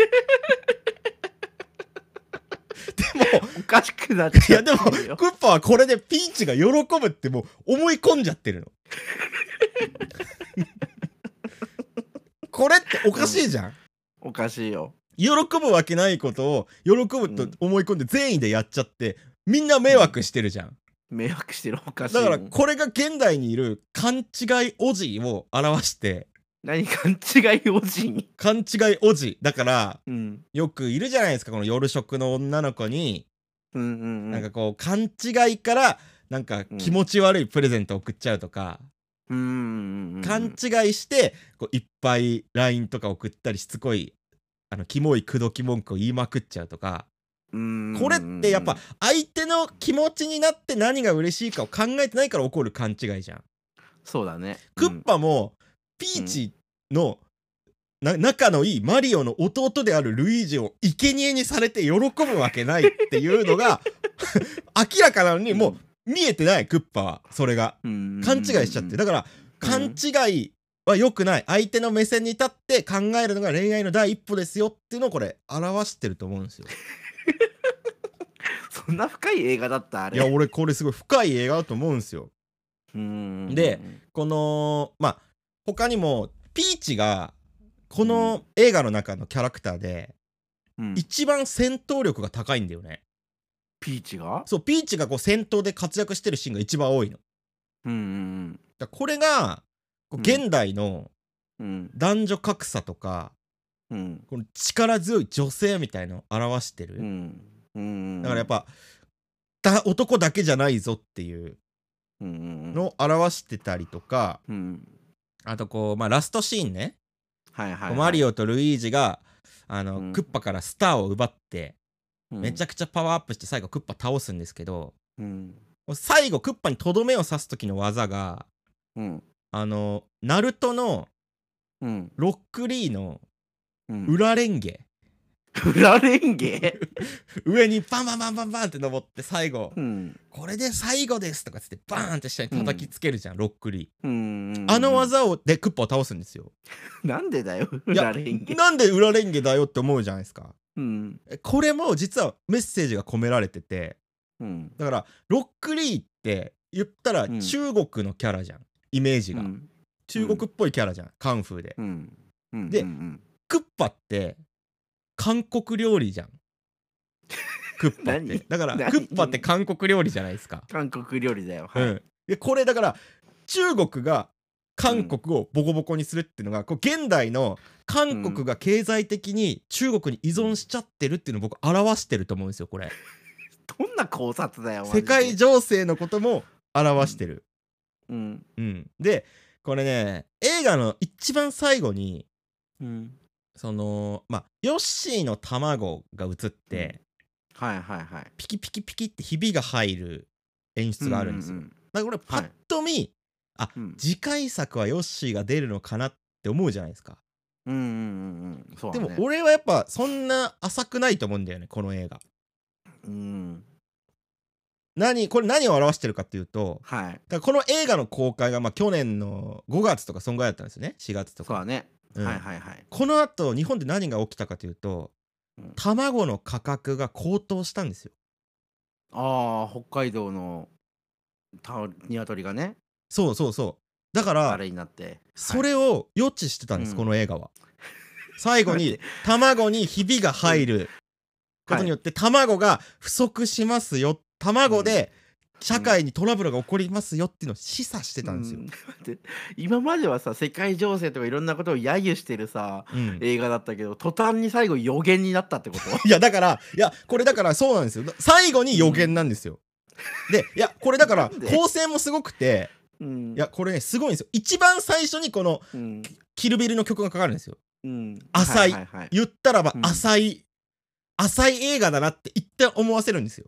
も
おかしくなっち
い
ゃ
や
っ
でもク
てるよ。
ッパはこれでピーチが喜ぶってもう思い込んじゃってるの。 これっておかしいじゃん。
おかしいよ。
喜ぶわけないことを喜ぶと思い込んで善意でやっちゃってみんな迷惑してるじゃん。
迷惑してるおかしい
だ
もん。
からこれが現代にいる勘違いおじを表して
何勘違いおじに。
勘違いおじだから
うん。
よくいるじゃないですかこの夜食の女の子に
うんうんう
なん
ん
か。こう勘違いからなんか気持ち悪いプレゼント送っちゃうとか。
うんうんうん。
勘違いしてこういっぱい LINE とか送ったりしつこいあのキモい口説き文句を言いまくっちゃうとか
うん。
これってやっぱ相手の気持ちになって何が嬉しいかを考えてないから起こる勘違いじゃん。
そうだね。
クッパもピーチのな仲のいいマリオの弟であるルイージを生贄にされて喜ぶわけないっていうの が明らかなのにもう見えてないクッパはそれが。
うん
勘違いしちゃってだから
う
勘
ん
違いは良くない相手の目線に立って考えるのが恋愛の第一歩ですよっていうのをこれ表してると思うんですよ
そんな深い映画だったあ
い
れ
や俺これすごい深い映画だと思うんですよ
うん
でこのまあ他にもピーチがこの映画の中のキャラクターで
うん
一番戦闘力が高いんだよね
ピーチが
そうピーチがこう戦闘で活躍してるシーンが一番多いの
うんうん
だからこれがこう
うん
現代の
うん
男女格差とか
うん
この力強い女性みたいのを表してる、
うんうん
だからやっぱ、だ男だけじゃないぞっていうの
の
を表してたりとか
うん
あとこう、まあ、ラストシーンね、
はいはい
マリ
オ
オとルイージがあの、
うん
クッパからスターを奪ってめちゃ
く
くちゃパワーアップして最後クッパ倒すんですけど
うん
最後クッパにとどめを刺す時の技が
うん
あのナルトの
うん
ロックリーの
うん
裏レンゲ、
裏レンゲ
上にバンバンバンバンバンって登って最後
うん
「これで最後です」とかつってバーンって下に叩きつけるじゃん、ロックリー。
うん
あの技をでクッパを倒すんですよ。
なんでだよ
いや
裏レンゲ
なんで裏レンゲだよって思うじゃないですか。
うん
えこれも実はメッセージが込められてて
うん
だからロックリーって言ったら
うん
中国のキャラじゃんイメージが、
うん
中国っぽいキャラじゃんカンフーで、
うんうん
で
うん
クッパって韓国料理じゃんクッパっ
何
てだから
何
クッパって韓国料理じゃないですか、
韓国料理だよ
う
はい
ん、でこれだから中国が韓国をボコボコにするっていうのが、こう現代の韓国が経済的に中国に依存しちゃってるっていうのを僕表してると思うんですよこれ
どんな考察だよマジで
世界情勢のことも表してる、
うん
うん、でこれね映画の一番最後に
うん
そのまあヨッシーの卵が映って、
はいはいはい
ピキピキピキってひびが入る演出があるんですよ、
うん
だからこれパッと見、
うんうん
次回作はヨッシーが出るのかなって思うじゃないですか、
うんうんうんうんそう
で
だね
も俺はやっぱそんな浅くないと思うんだよねこの映画
うん
何これ何を表してるかっていうと
はい
だからこの映画の公開がまあ去年の5月とかそんぐらいだったんですよね4月と
そう
か、
だね、
うん
はいはいはい
このあと日本で何が起きたかというと
うん
卵の価格が高騰したんですよ
ああ北海道のたニワトリがね
そうそうそうだか
あ
ら
れになって
それを予知してたんです、
うん
この映画は最後
だ
に卵にひびが入ることによって卵が不足しますよ卵で社会にトラブルが起こりますよっていうのを示唆してたんですよ
う、 待って今まではさ世界情勢とかいろんなことを揶揄してるさ
うん
映画だったけど途端に最後予言になったってこと
いやだからいやこれだからそうなんですよ最後に予言なんですよ、でいやこれだから
なんで
構成もすごくて
うん
いやこれねすごいんですよ一番最初にこの
うん
「キルビル」の曲がかかるんですよ
うん
浅い
はいはいはい
言ったらば
うん
浅い、浅い映画だなって一旦思わせるんですよ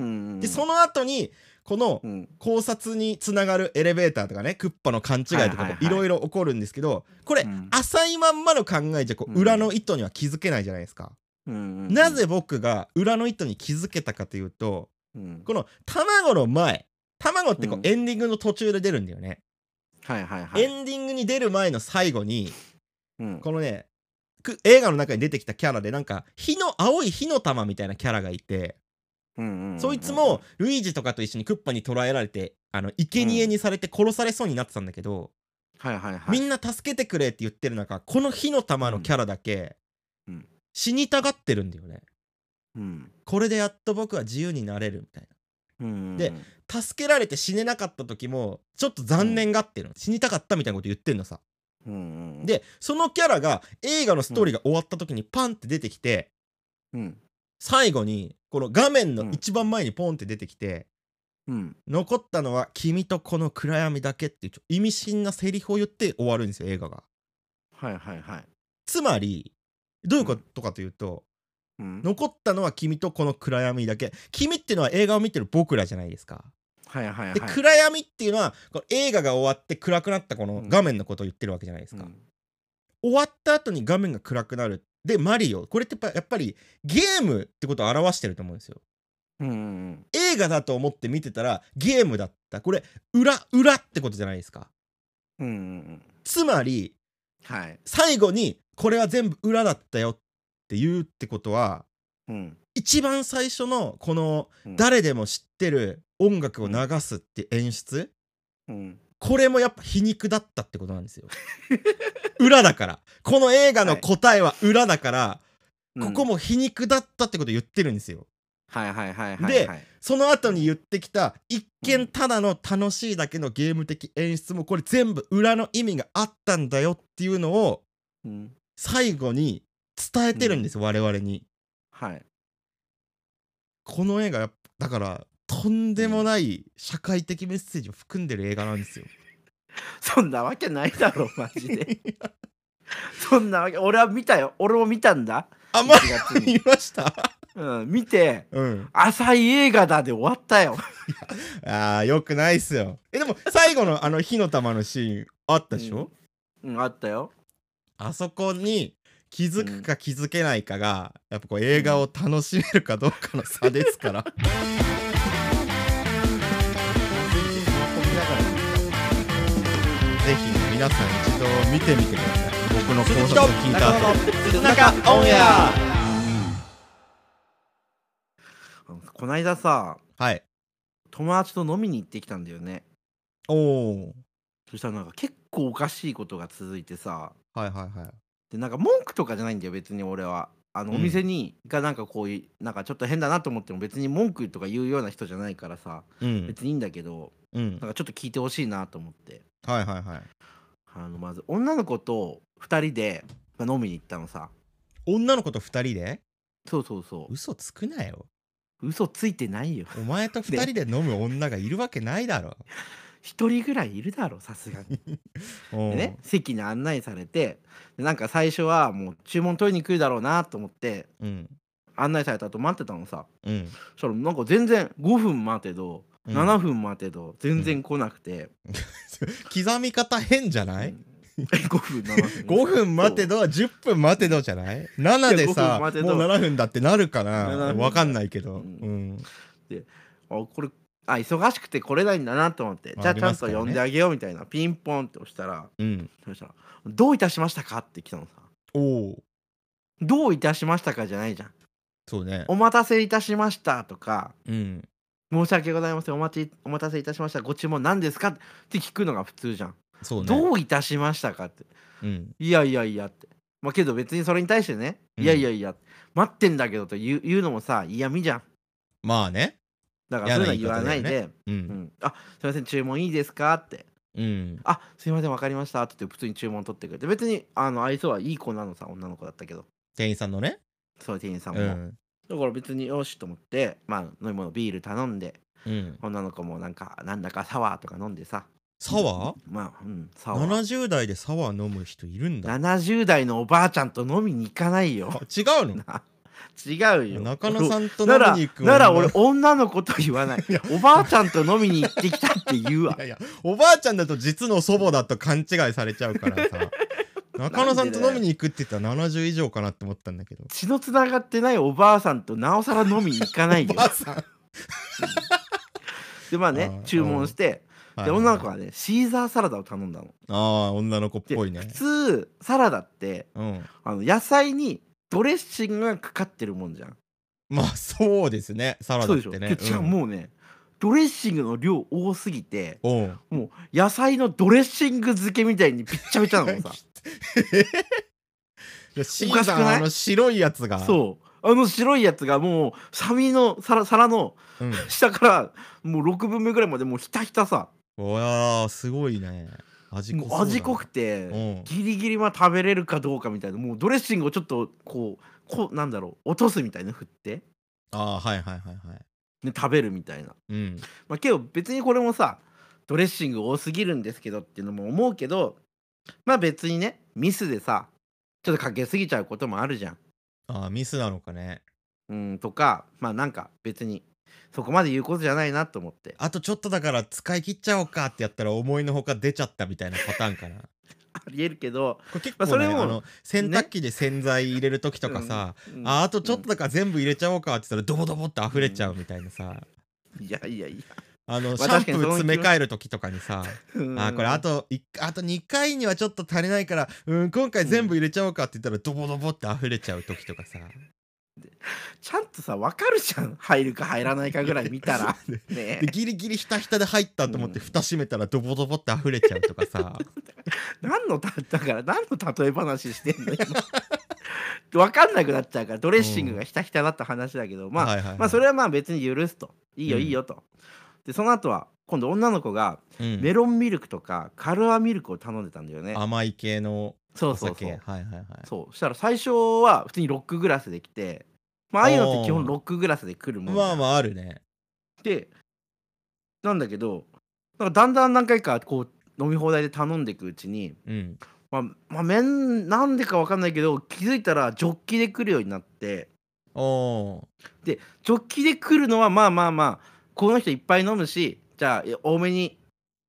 うん
でその後にこの
うん
考察につながるエレベーターとかねクッパの勘違いと
はい
か
はい
も
はい
いろいろ起こるんですけどこれ
うん
浅いまんまの考えじゃこう
うん
裏の意図には気づけないじゃないですか
うんうん
なぜ僕が裏の糸に気づけたかというと
うん
この卵の前卵ってこう、
うん
エンディングの途中で出るんだよね、
はいはいはい。
エンディングに出る前の最後に
うん
このねく映画の中に出てきたキャラでなんか火の青い火の玉みたいなキャラがいて、
うんうん
そいつもルイージとかと一緒にクッパに捕らえられてあの生贄にされて殺されそうになってたんだけど、
はいはいはい。
みんな助けてくれって言ってる中この火の玉のキャラだけ、
うんうん
死にたがってるんだよね
うん
これでやっと僕は自由になれるみたい
うん
でな助けられて死ねなかった時もちょっと残念がってるの、死にたかったみたいなこと言ってんのさ
うんうん、
でそのキャラが映画のストーリーが終わった時にパンって出てきて、
うん
最後にこの画面の一番前にポンって出てきて、
うん
残ったのは「君とこの暗闇だけ」っていうちょ意味深なセリフを言って終わるんですよ映画が。
はいはいはい。
つまりどういうことかというと、
うん
残ったのは君とこの暗闇だけ君っていうのは映画を見てる僕らじゃないですか。
はいはいはい。
で暗闇っていうのはこの映画が終わって暗くなったこの画面のことを言ってるわけじゃないですか。
うん
終わった後に画面が暗くなるでマリオこれってやっぱやっぱりゲームってことを表してると思うんですよ。
うんうん
映画だと思って見てたらゲームだったこれ裏裏ってことじゃないですか
うんうんうん
つまり
はい。
最後にこれは全部裏だったよって言うってことは
うん
一番最初のこの
うん
誰でも知ってる音楽を流すって演出
うん
これもやっぱ皮肉だったってことなんですよ裏だからこの映画の答えは裏だから、
うん
ここも皮肉だったってこと言ってるんですよ
はいはいはいはい
で
はい
その後に言ってきた一見ただの楽しいだけのゲーム的演出もこれ全部裏の意味があったんだよっていうのを
うん
最後に伝えてるんですよ我々に。
はい
この映画やっぱだからとんでもない社会的メッセージを含んでる映画なん ですよ。
そんなわけないだろマジで そんなわけ俺は見たよ俺も見たんだ
あ
1
ま
月
り
に、
言いました
うん、見て
うん。
浅い映画だで終わったよ
ああよくないっすよ。えでも最後のあの火の玉のシーンあったでしょ、
うん、あったよ
あそこに気づくか気づけないかが、やっぱこう映画を楽しめるかどうかの差です から。ぜひ皆さん一度見てみてください僕の考察を聞いた 後
中オンエアこないださ
はい
友達と飲みに行ってきたんだよね
おお
そしたらなんか結構おかしいことが続いてさ
はいはいはい
でなんか文句とかじゃないんだよ別に俺はあの
う
お
ん
店に、がなんかこういうなんかちょっと変だなと思っても別に文句とか言うような人じゃないからさ
うん
別にいいんだけど
うん
なんかちょっと聞いてほしいなと思って
はいはいはい
あのまず女の子と2人でまあ飲みに行ったのさ
女の子と2人で
そうそうそ
嘘つくなよ
う嘘ついてないよ
お前と2人で飲む女がいるわけないだろ
1人ぐらいいるだろさすがに
お
で
う
ね席に案内されてでなんか最初はもう注文取りに来るだろうなと思って
うん
案内された後待ってたのさ
うん
そしたらなんか全然5分待てど、
うん
7分待てど全然来なくて、
刻み方変じゃない、
うん 5分7分
5分待てどは10分待てどじゃない7でさもう
5分待てど
7分だってなるか
7
な
分
わかんないけど、う
うん
ん、
そうあこれあ忙しくて来れないんだなと思って
まあ
じゃあ
あり
ちゃ
ま
ん
すか
と
らね
呼んであげようみたいなピンポンって押したら
うん、
そしたら「どういたしましたか?」って来たのさ
おお
「どういたしましたか?」じゃないじゃん
そうね
「お待たせいたしました」とか
うん
申し訳ございませんお待ちお待たせいたしましたご注文何ですかって聞くのが普通じゃん、
そうね
どういたしましたかって
うん
いやいやいやってまあけど別にそれに対してね、いやいやいや待ってんだけどと言う言うのもさ嫌味じゃん
まあね
だからそういうのは言わない
嫌な言
で、
う
うんん、あすいません注文いいですかって
うん
あすいませんわかりましたって言って普通に注文取ってくれて別にあの愛想はいい子なのさ女の子だったけど
店員さんのね
そう店員さん
う
も、
ん
だから別によしと思ってまあ飲み物ビール頼んで
うん
女の子もなんかなんだかサワーとか飲んでさ
サワー
まあうんサワー
70代でサワー飲む人いるんだ
70代のおばあちゃんと飲みに行かない
あ
よ。
違うの
な違うよ。
中野さんと飲
なら
みに行く
なら
女
俺女の子と言 わないおばあちゃんと飲みに行ってきたって言う
い
わ
やいやおばあちゃんだと実の祖母だと勘違いされちゃうからさ中野さんと飲みに行くって言ったら70以上かなって思ったんだけど。
血のつながってないおばあさんとなおさら飲みに行かないよ
ばあさん
でまあ
あ
ね
ー
注文して
はい
で女の子はねシーザーサラダを頼んだの
ああ、女の子っ
で
ぽい
普
ね。
通サラダって
うん。
あの野菜にドレッシングがかかってるもんじゃん
まあ、そうですね。サラ
そ
ダ
う
っ
でしょ
て
で
ね。
違
う
う
ん
もうねドレッシングの量多すぎて
おう
もう野菜のドレッシング漬けみたいにびっちゃびちゃな のさ
いやシ
おか
ー
しく
ザ
ない
ーあの白いやつが。
そうあの白いやつがもうサミの皿皿の
う。うん。
下からもう6分目ぐらいまでもうひたひたさ
うわあ、すごいね。味濃
も
そう
う
だね
味濃くて、
うん
ギリギリは食べれるかどうかみたいなもうドレッシングをちょっとこうこうなんだろう落とすみたいな振って
ああ、はいはいはいはい。
で食べるみたいな
うん。
まあけど別にこれもさドレッシング多すぎるんですけどっていうのも思うけどまあ別にねミスでさちょっとかけすぎちゃうこともあるじゃん
ああ、ミスなのかね。
うんとかまあなんか別にそこまで言うことじゃないなと思って
あとちょっとだから使い切っちゃおうかってやったら思いのほか出ちゃったみたいなパターンかな。こ
ありえるけど
れ結
ま
構、
あ
ね
それも
あの洗濯機で洗剤入れる時とかさ、
うん
ああとちょっとだから全部入れちゃおうかって言ったらドボドボって溢れちゃうみたいなさ、
いやいやいや
あのシ
まあ
ャンプ
確かに
ー
その
詰め替える時とかにさ、あーこれあといあと2回にはちょっと足りないから、うん、今回全部入れちゃおうかって言ったらドボドボって溢れちゃう時とかさ。
ちゃんとさ分かるじゃん入るか入らないかぐらい見たら ねえ
でギリギリひたひたで入ったと思って
うん
蓋閉めたらドボドボって溢れちゃうとかさ
何のただから何の例え話してんの今 分かんなくなっちゃうからドレッシングがひたひただった話だけど、 まあ、
はいはいはい
まあそれはまあ別に許すといいよ
うん
いいよと、でその後は今度女の子が
うん
メロンミルクとかカルアミルクを頼んでたんだよね、
甘い系の
そう
お
そう
酒
そう
はいはいはい
そうそしたら最初は普通にロックグラスで来てまあああいうのって基
お
本
ー
ロックグラスで来るもんじゃん
まあまああるね
でなんだけどなんかだんだん何回かこう飲み放題で頼んでいくうちに
うん
まあ、まあ、麺なんでか分かんないけど気づいたらジョッキで来るようになって
おお
ジョッキで来るのはまあまあまあこの人いっぱい飲むしじゃあえ多めに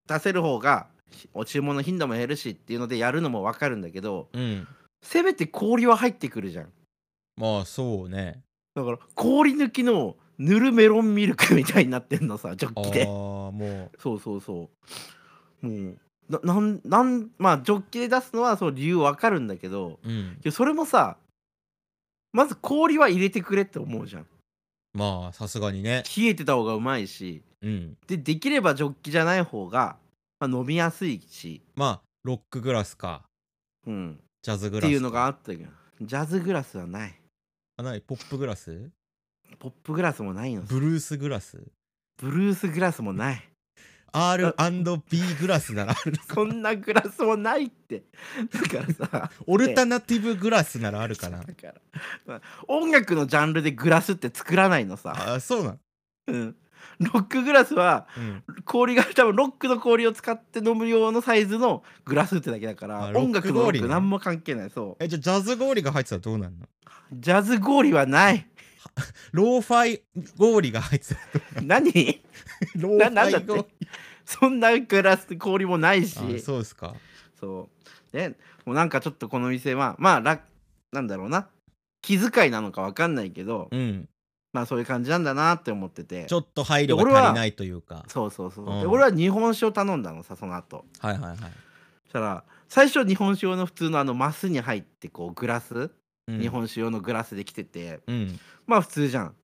出せる方がお注文の頻度も減るしっていうのでやるのも分かるんだけど
ーうん
せめて氷は入ってくるじゃん
まあそうね
だから氷抜きのぬるメロンミルクみたいになってんのさジョ
あ
ッキ
あ
で
も
そうそうそうもうななんなんまあジョッキで出すのはそう理由分かるんだけど
ううん
いやそれもさまず氷は入れてくれって思うじゃん
まあさすがにね
冷えてた方がうまいし
うん
でできればジョッキじゃない方が、まあ、飲みやすいし、
まあロックグラスか
うん、
ジャズグ
っ
ラス
て
か
いうのがあったけどジャズグラスはない
あないポップグラス
ポップグラスもないの
ブルースグラス
ブルースグラスもない
R&B グラスなら ある
こんなグラスもないってだからさ
オルタナティブグラスならあるかな
だから、まあ音楽のジャンルでグラスって作らないのさ、
あそうなん
うん、ロックグラスは
うん
氷が多分ロックの氷を使って飲む用のサイズのグラスってだけだから
あ
音楽
ロック
のロ
氷
ック
ね
何も関係ないそう
えじゃあジャズ氷が入ってたらどうなんの
ジャズ氷はない
ローファイ氷が入ってたらど
何
うロ
な
ーフ
なんだ
ァイ
って
氷
そんなグラス氷もないし
あそうですか
そうねもうなんかちょっとこの店はまあらなんだろうな気遣いなのかわかんないけど、
うん
まあそういう感じなんだなって思ってて
ちょっと配慮が足りないというか
そうそうそう、で
うん
俺は日本酒を頼んだのさその後
はいはいはい、
そしたら最初日本酒用の普通のあのマスに入ってこうグラス、
うん
日本酒用のグラスで来てて
うん
まあ普通じゃん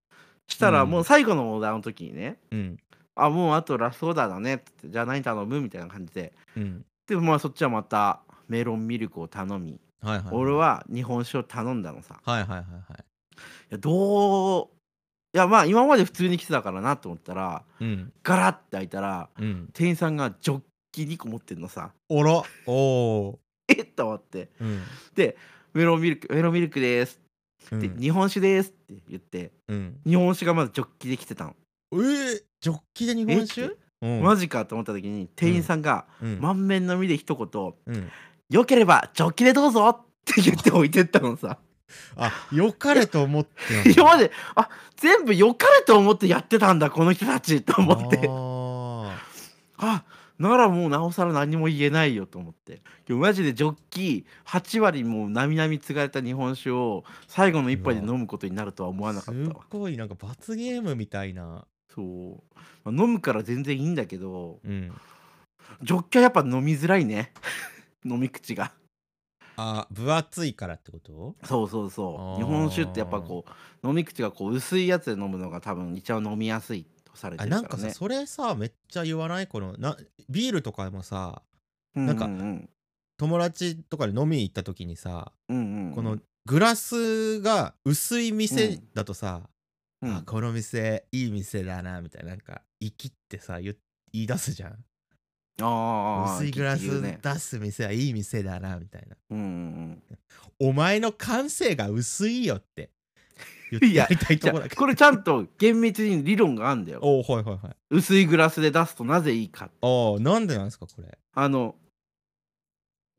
したら
うん
もう最後のオーダーの時にね、
うん
あもうあとラストオーダーだねっつってじゃあ何頼むみたいな感じで
うん
でまあそっちはまたメロンミルクを頼み、
はいはい
俺は日本酒を頼んだのさ
はいはいはいはい
やどういやまあ今まで普通に来てたからなと思ったら
いうん
ガラッて開いたら
うん
店員さんがジョッキ2個持ってんのさ
おらおお
えっと思って
ーうん
でメロンミルクメロンミルクです
う
で、
ん
日本酒ですって言って
うん
日本酒がまずジョッキで来てたの、
えー、ジョッキで日本
えっ
酒
て
うん
マジかと思った時に店員さんが
うん
満面のみで一言
うん
「よければジョッキでどうぞ!」って言って置いてったのさ
あよかれと思ってやんだ
今まであ全部よかれと思ってやってたんだこの人たちと思って
あ
あならもうなおさら何も言えないよと思って今日マジでジョッキー8割もうなみなみ継がれた日本酒を最後の一杯で飲むことになるとは思わなかった
すっ
わ
ごいなんか罰ゲームみたいな。
そう、まあ飲むから全然いいんだけど
うん。
ジョッキはやっぱ飲みづらいね 飲み口が
あ、分厚いからってこと
そうそう
あ
そ
ー
う日本酒ってやっぱこう飲み口がこう薄いやつで飲むのが多分一番飲みやすいとされて
あ
る
な
から、
ん
ね、
かさ、それさめっちゃ言わないこのなビールとかもさ
なん
か
うんうん
友達とかで飲みに行った時にさ、
うんうん、
このグラスが薄い店だとさ、
うん、
あこの店いい店だなみたいななんか「生き」ってさ言言い出すじゃん
あー
薄いグラ
聞て
ス
言うね
出す店はいい店だなみたいな
うんうん
お前の感性が薄いよ って言ってやりたい
じ
と
ゃ
こ
あ
ろだけど
これちゃんと厳密に理論があるんだよ
おおはいはいはい
薄いグラスで出すとなぜいいか
おーなんでなんですかこれ
あの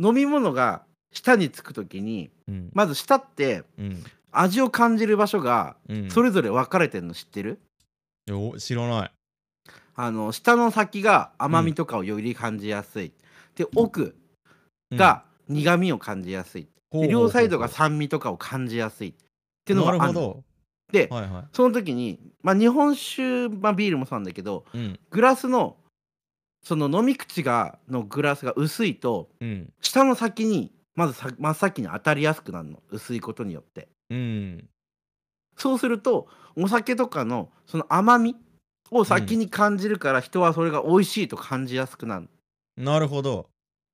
飲み物が舌につく時に
うん、
まず舌って
うん
味を感じる場所が
うん、
それぞれ分かれてるの知ってる、
お知らない
あの舌の先が甘みとかをより感じやすい、で奥が苦みを感じやすい、
うん
で両サイドが
ほうほうほうほう
酸味とかを感じやすいっていうのがある
なるほ
で、
どはいはい
その時に、まあ、日本酒、まあ、ビールもそうなんだけど
うん
グラスのその飲み口がのグラスが薄いと
うん
下の先にまずさ真っ先に当たりやすくなるの薄いことによって
うん
そうするとお酒とかのその甘みを先に感じるから人はそれが美味しいと感じやすくなる
なるほど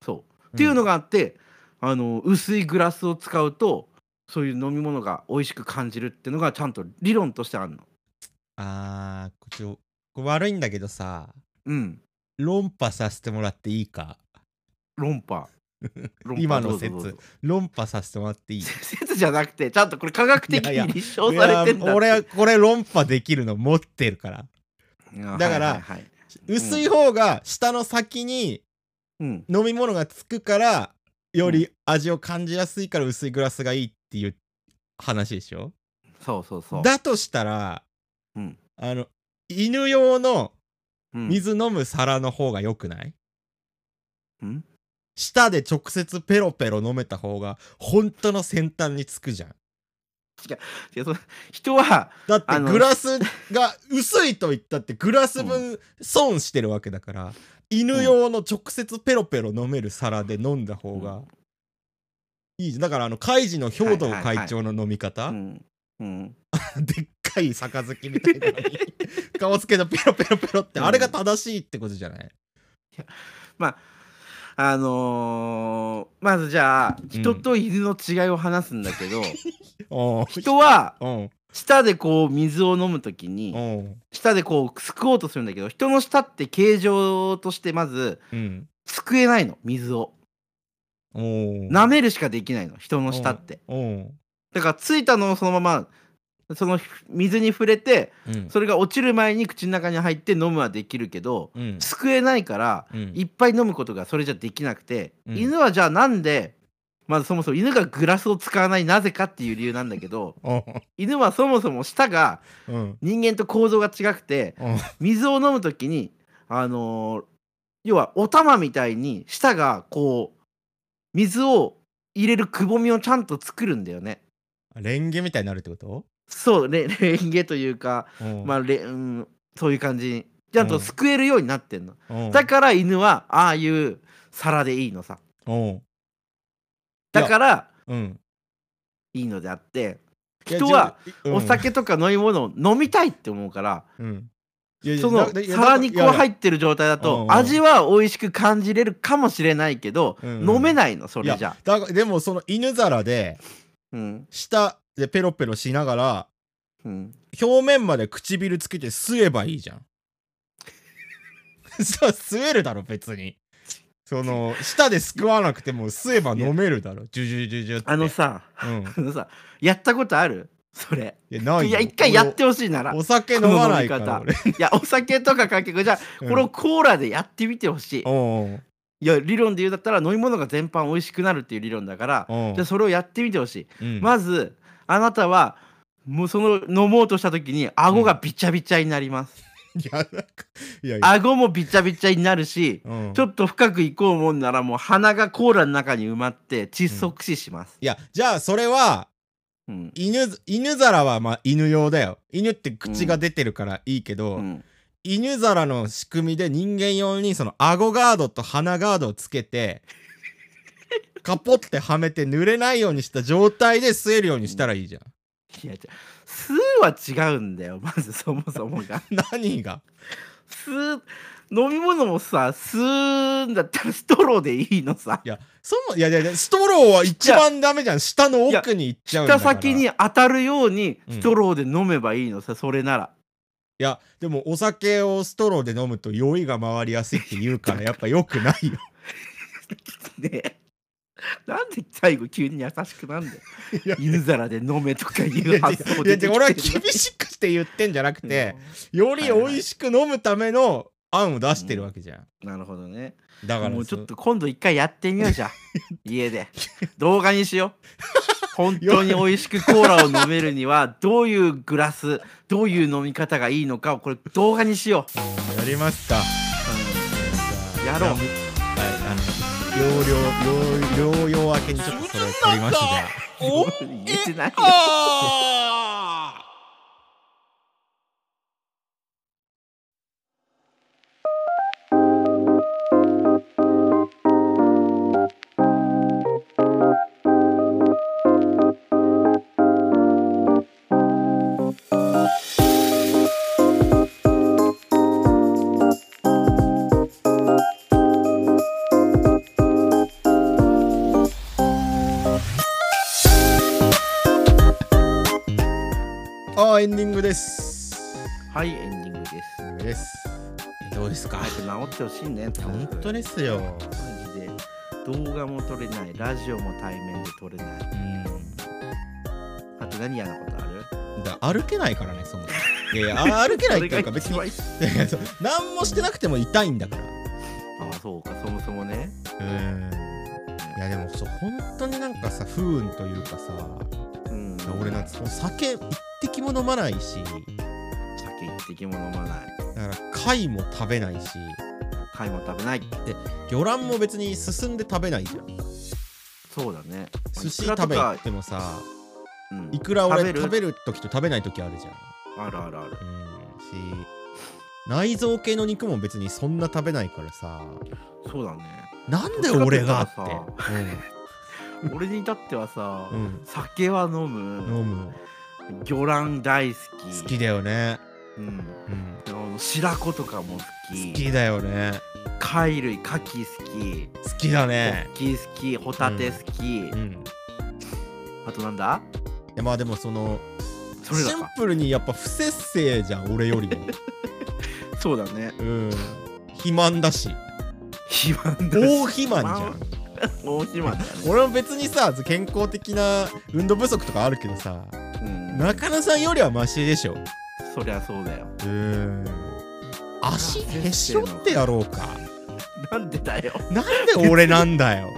そうっていうの
が、
があって、あの薄いグラスを使うとそういう飲み物が美味しく感じるっていうのがちゃんと理論としてあるの
あーこっちをこれ悪いんだけどさ
うん
論破させてもらっていいか
論 破論破
今の
どうぞ
説
どうぞ
論破させてもらっていい
説じゃなくてちゃんとこれ科学的
いやいや
に立証されてんだ
いや俺はこれ論破できるの持ってるから
だ
だから
はいはいはい
薄い方が下の先に
うん、
飲み物がつくからより味を感じやすいから薄いグラスがいいっていう話でしょ
そうそうそう、
だとしたら、
うん
あの犬用の
うん、
水飲む皿の方が良くない、
うん
舌で直接ペロペロ飲めた方が本当の先端につくじゃん
いやそ人は
だって
あの
グラスが薄いと言ったってグラス分損してるわけだから、犬用の直接ペロペロ飲める皿で飲んだ方
う
が
ん
いいじゃんだからあのカイジの兵道会長の飲み方、
うんうん、
でっかい杯みたいなのに顔つけたペロペロペロって、あれが正しいってことじゃない
あのーまずじゃあ人と犬の違いを話すんだ けど、
おう
人は
おう
舌でこう水を飲むときに
おう
舌でこうすくおうとするんだけど人の舌って形状としてまず
うん
すくえないの水を
おう
舐めるしかできないの人の舌って
おう
だからついたのをそのままその水に触れて
うん
それが落ちる前に口の中に入って飲むはできるけど
うん
すくえないから
うん
いっぱい飲むことがそれじゃできなくて、
うん
犬はじゃあなんでまずそもそも犬がグラスを使わないなぜかっていう理由なんだ けど
おう
犬はそもそも舌が
うん
人間と構造が違くて
おう
水を飲む時にあのー要はお玉みたいに舌がこう水を入れるくぼみをちゃんと作るんだよね。
レンゲみたいになるってこと
そうレ レンゲというか、ま
ま
あレうん、そういう感じにちゃんとすくえるようになってんの。
あ
だから犬はああいう皿でいいのさ。
おう
だから
うん
いいのであって
いや
人は
自分
お酒とか飲み物を飲みたいって思うから
うんいやいや
その
だいや
皿にこう
だから
入ってる状態だ
うんう
と
ん
味は美味しく感じれるかもしれないけど
うんうん
飲めないのそ
いや
れじゃ。
だからでもその犬皿で
うん
舌でペロペロしながら
うん
表面まで唇つけて吸えばいいじゃん。 そう吸えるだろ別に。その舌ですくわなくても吸えば飲めるだろジュジュジュジュって。
あのさ
うん、
あのさやったことあるそれ
いやないよ
いや一回やってほしいなら
俺
い
お酒飲まないか
この
ら
飲
俺。
やお酒とか関係じゃあ
うん
これをコーラでやってみてほしい
お
いや理論で言うだったら飲み物が全般美味しくなるっていう理論だから
うん
じゃあそれをやってみてほしい
うん
まずあなたはもうその飲もうとした時に顎がびちゃびちゃになります、
いや、なんか、いやいや。
顎もびちゃびちゃになるし
うん
ちょっと深く行こうもんならもう鼻がコーラの中に埋まって窒息死します、
いや、じゃあそれは、
うん
犬、犬皿はまあ犬用だよ。犬って口が出てるからいいけど、
うん
犬皿の仕組みで人間用にその顎ガードと鼻ガードをつけ て、カポってはめて濡れないようにした状態で吸えるようにしたらいいじゃん。
いや違う酢は違うんだよまずそもそもが
何が
酢飲み物もさ吸うんだったらストローでいいのさ
そも、いやいやいや、ストローは一番ダメじゃん。下の奥に行っちゃうんだ
舌
から。
先に当たるように
うん
ストローで飲めばいいのさ、それなら
いやでもお酒をストローで飲むと酔いが回りやすいって言うからやっぱ良くないよ
ねえなんで最後急に優しくなんだよ
いや
犬皿で飲めとか
い
い
や
う 発想
いや
で
いや俺は厳しくして言ってんじゃなくて、より美味しく飲むための案を出してるわけじゃん、
うんなるほどね
だから
もうち
そ
ょっと今度一回やってみようじゃん家で動画に しよう本当に美味しくコーラを飲めるにはどういうグラスどういう飲み方がいいのかをこれ動画にしよう、
やりますか
うんやろう
はいあの療養療療養明けにちょっとそれ取りました
お
言ってないよ
あー
ああエンディングです
はいエンディングです
エンディングですどうですか
早く治ってほしいね
本当ですよ
マジで動画も撮れないラジオも対面で撮れない
うん
あと何嫌なことある
だ歩けないからねそもそもいやい やあ歩けないっていうか別に
それが一番
いやいやそう何もしてなくても痛いんだからう
あそうかそもそもね
んいやでもそう本当になんかさ不運というかさ
うん
俺なんてその酒一滴も飲まないし
酒一滴も飲まない
だから貝も食べないし
貝も食べない
魚卵も別に進んで食べないじゃん
そうだね
寿司
いくら
食
と
べ
か
てもさ
うん
いくら俺食べる
食べる
時と食べない時あるじゃん
あるあるある
うんし内臓系の肉も別にそんな食べないからさ
そうだね
なんで俺がって
どっちかって俺に至ってはさ、
うん、うん
酒は飲む
飲む
魚卵大好き
好きだよね、
うん
うん、
あの白子とかも好き
好きだよね
貝類牡蠣好き
好きだね
ポッキー好きホタテ好き、
うん
あとなんだ
いやまあでもその
それ
シ
だ
ン
か
プルにやっぱ不節制じゃん俺よりも
そうだね
うん肥満だし
肥満だ
大肥満じゃん
大肥満だね
俺も別にさ健康的な運動不足とかあるけどさ
うん
中野さんよりはマシでしょ
そりゃそうだよ
うん足へし折ってやろうか
なんでだよ
なんで俺なんだよ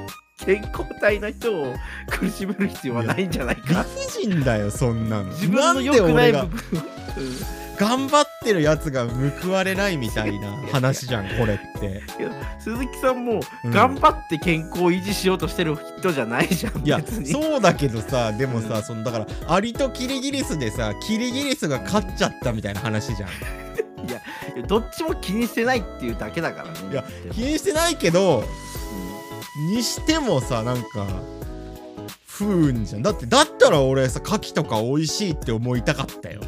健康体の人を苦しめる必要はないんじゃない
理
か
不尽だよそんなの
自分の良くない部分をうん
頑張ってるやつが報われないみたいな話じゃんこれって
鈴木さんも
うん
頑張って健康を維持しようとしてる人じゃないじゃん、
いや
別に
そうだけどさでも
う
さ
ん
そのだからアリとキリギリスでさキリギリスが勝っちゃったみたいな話じゃん
いやどっちも気にしてないっていうだけだからね
いや
でも
気にしてないけどにしてもさなんか不運じゃんだってだったら俺さ牡蠣とか美味しいって思いたかった よ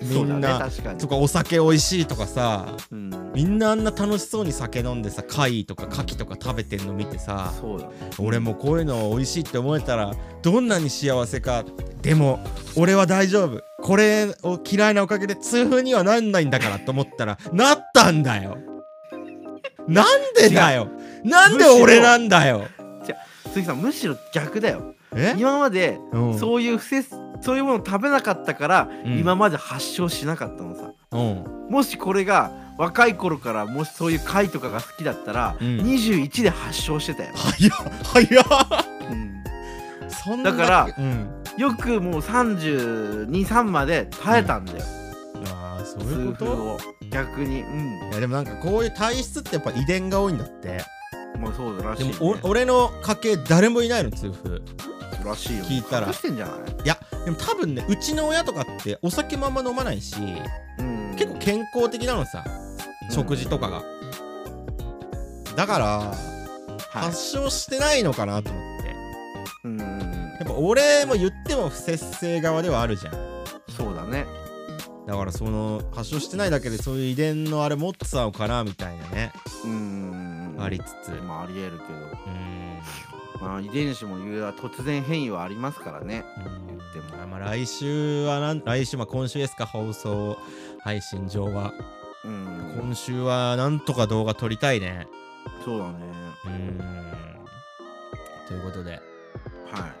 うん
みんな、
そうだね確かに
とかお酒美味しいとかさ
うん
みんなあんな楽しそうに酒飲んでさ貝とか牡蠣とか食べてんの見てさ
そうだね
俺もこういうの美味しいって思えたらどんなに幸せかでも俺は大丈夫これを嫌いなおかげで痛風にはなんないんだからと思ったらなったんだよなんでだよなんで俺なんだよ
鈴木さんむしろ逆だよ
え
今まで
うん
そういう不摂そういうものを食べなかったから、
うん
今まで発症しなかったのさ
うん
もしこれが若い頃からもしそういう貝とかが好きだったら、
うん
21で発症してたよ、
早っ早っ
うん
そんな
だから
うん
よくもう323まで耐えたんだよ、
ああそう
痛
いうこ
風
と
を、う逆にうん
いやでもなんかこういう体質ってやっぱ遺伝が多いんだって
まあそうらし
で
い、ね
も、お俺の家系誰もいないの痛風
らしいよ
聞いたら
隠してんじゃない
でも多分ねうちの親とかってお酒もあんま飲まないし
うん
結構健康的なのさ食事とかがだから
はい
発症してないのかなと思ってや
うんうんうん
っぱ俺も言っても不節制側ではあるじゃん
そうだね
だからその発症してないだけでそういう遺伝のあれ持ってたのかなみたいなね
うんうんうん
ありつつう
まあありえるけど
ん
まあ遺伝子もいろいろ突然変異はありますからね言っ
う
ても
んあまあ来週はなん来週まあ今週ですか放送配信上は
うん
今週はなんとか動画撮りたいね
そうだね
うんということで
は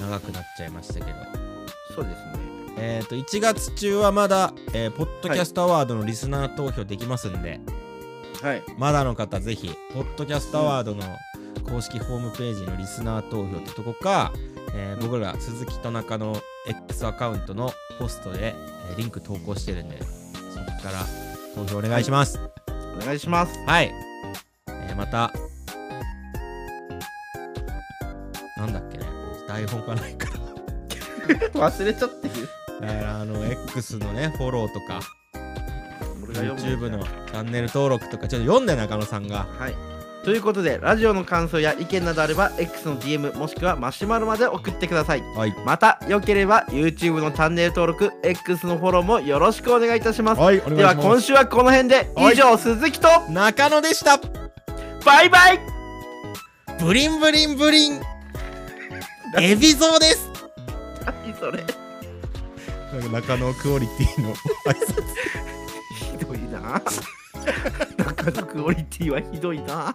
長くなっちゃいましたけど
いそうですね
えっ、と1月中はまだ、えーポッドキャストアワードのリスナー投票できますんで、
はい
まだの方ぜひポッドキャストアワードの公式ホームページのリスナー投票ってとこか、えー僕ら鈴木と中の X アカウントのポストで、えーリンク投稿してるんでそこから投票お願いしますはい、
お願いします
えーまたなんだっけね台本がないから
忘れちゃってる
だからあの X のねフォローとか
俺が読む
YouTube のチャンネル登録とかちょっと読んで中野さんが
はいということでラジオの感想や意見などあれば X の DM もしくはマシュマロまで送ってください
はい
また良ければ YouTube のチャンネル登録 X のフォローもよろしくお願いいたします
はいお願いします
では今週はこの辺で
はい
以上鈴木と
中野でした
バイバイ
ブリンブリンブ リンエビゾーです
何それ
中野クオリティの挨拶
ひどいな中のクオリティはひどいな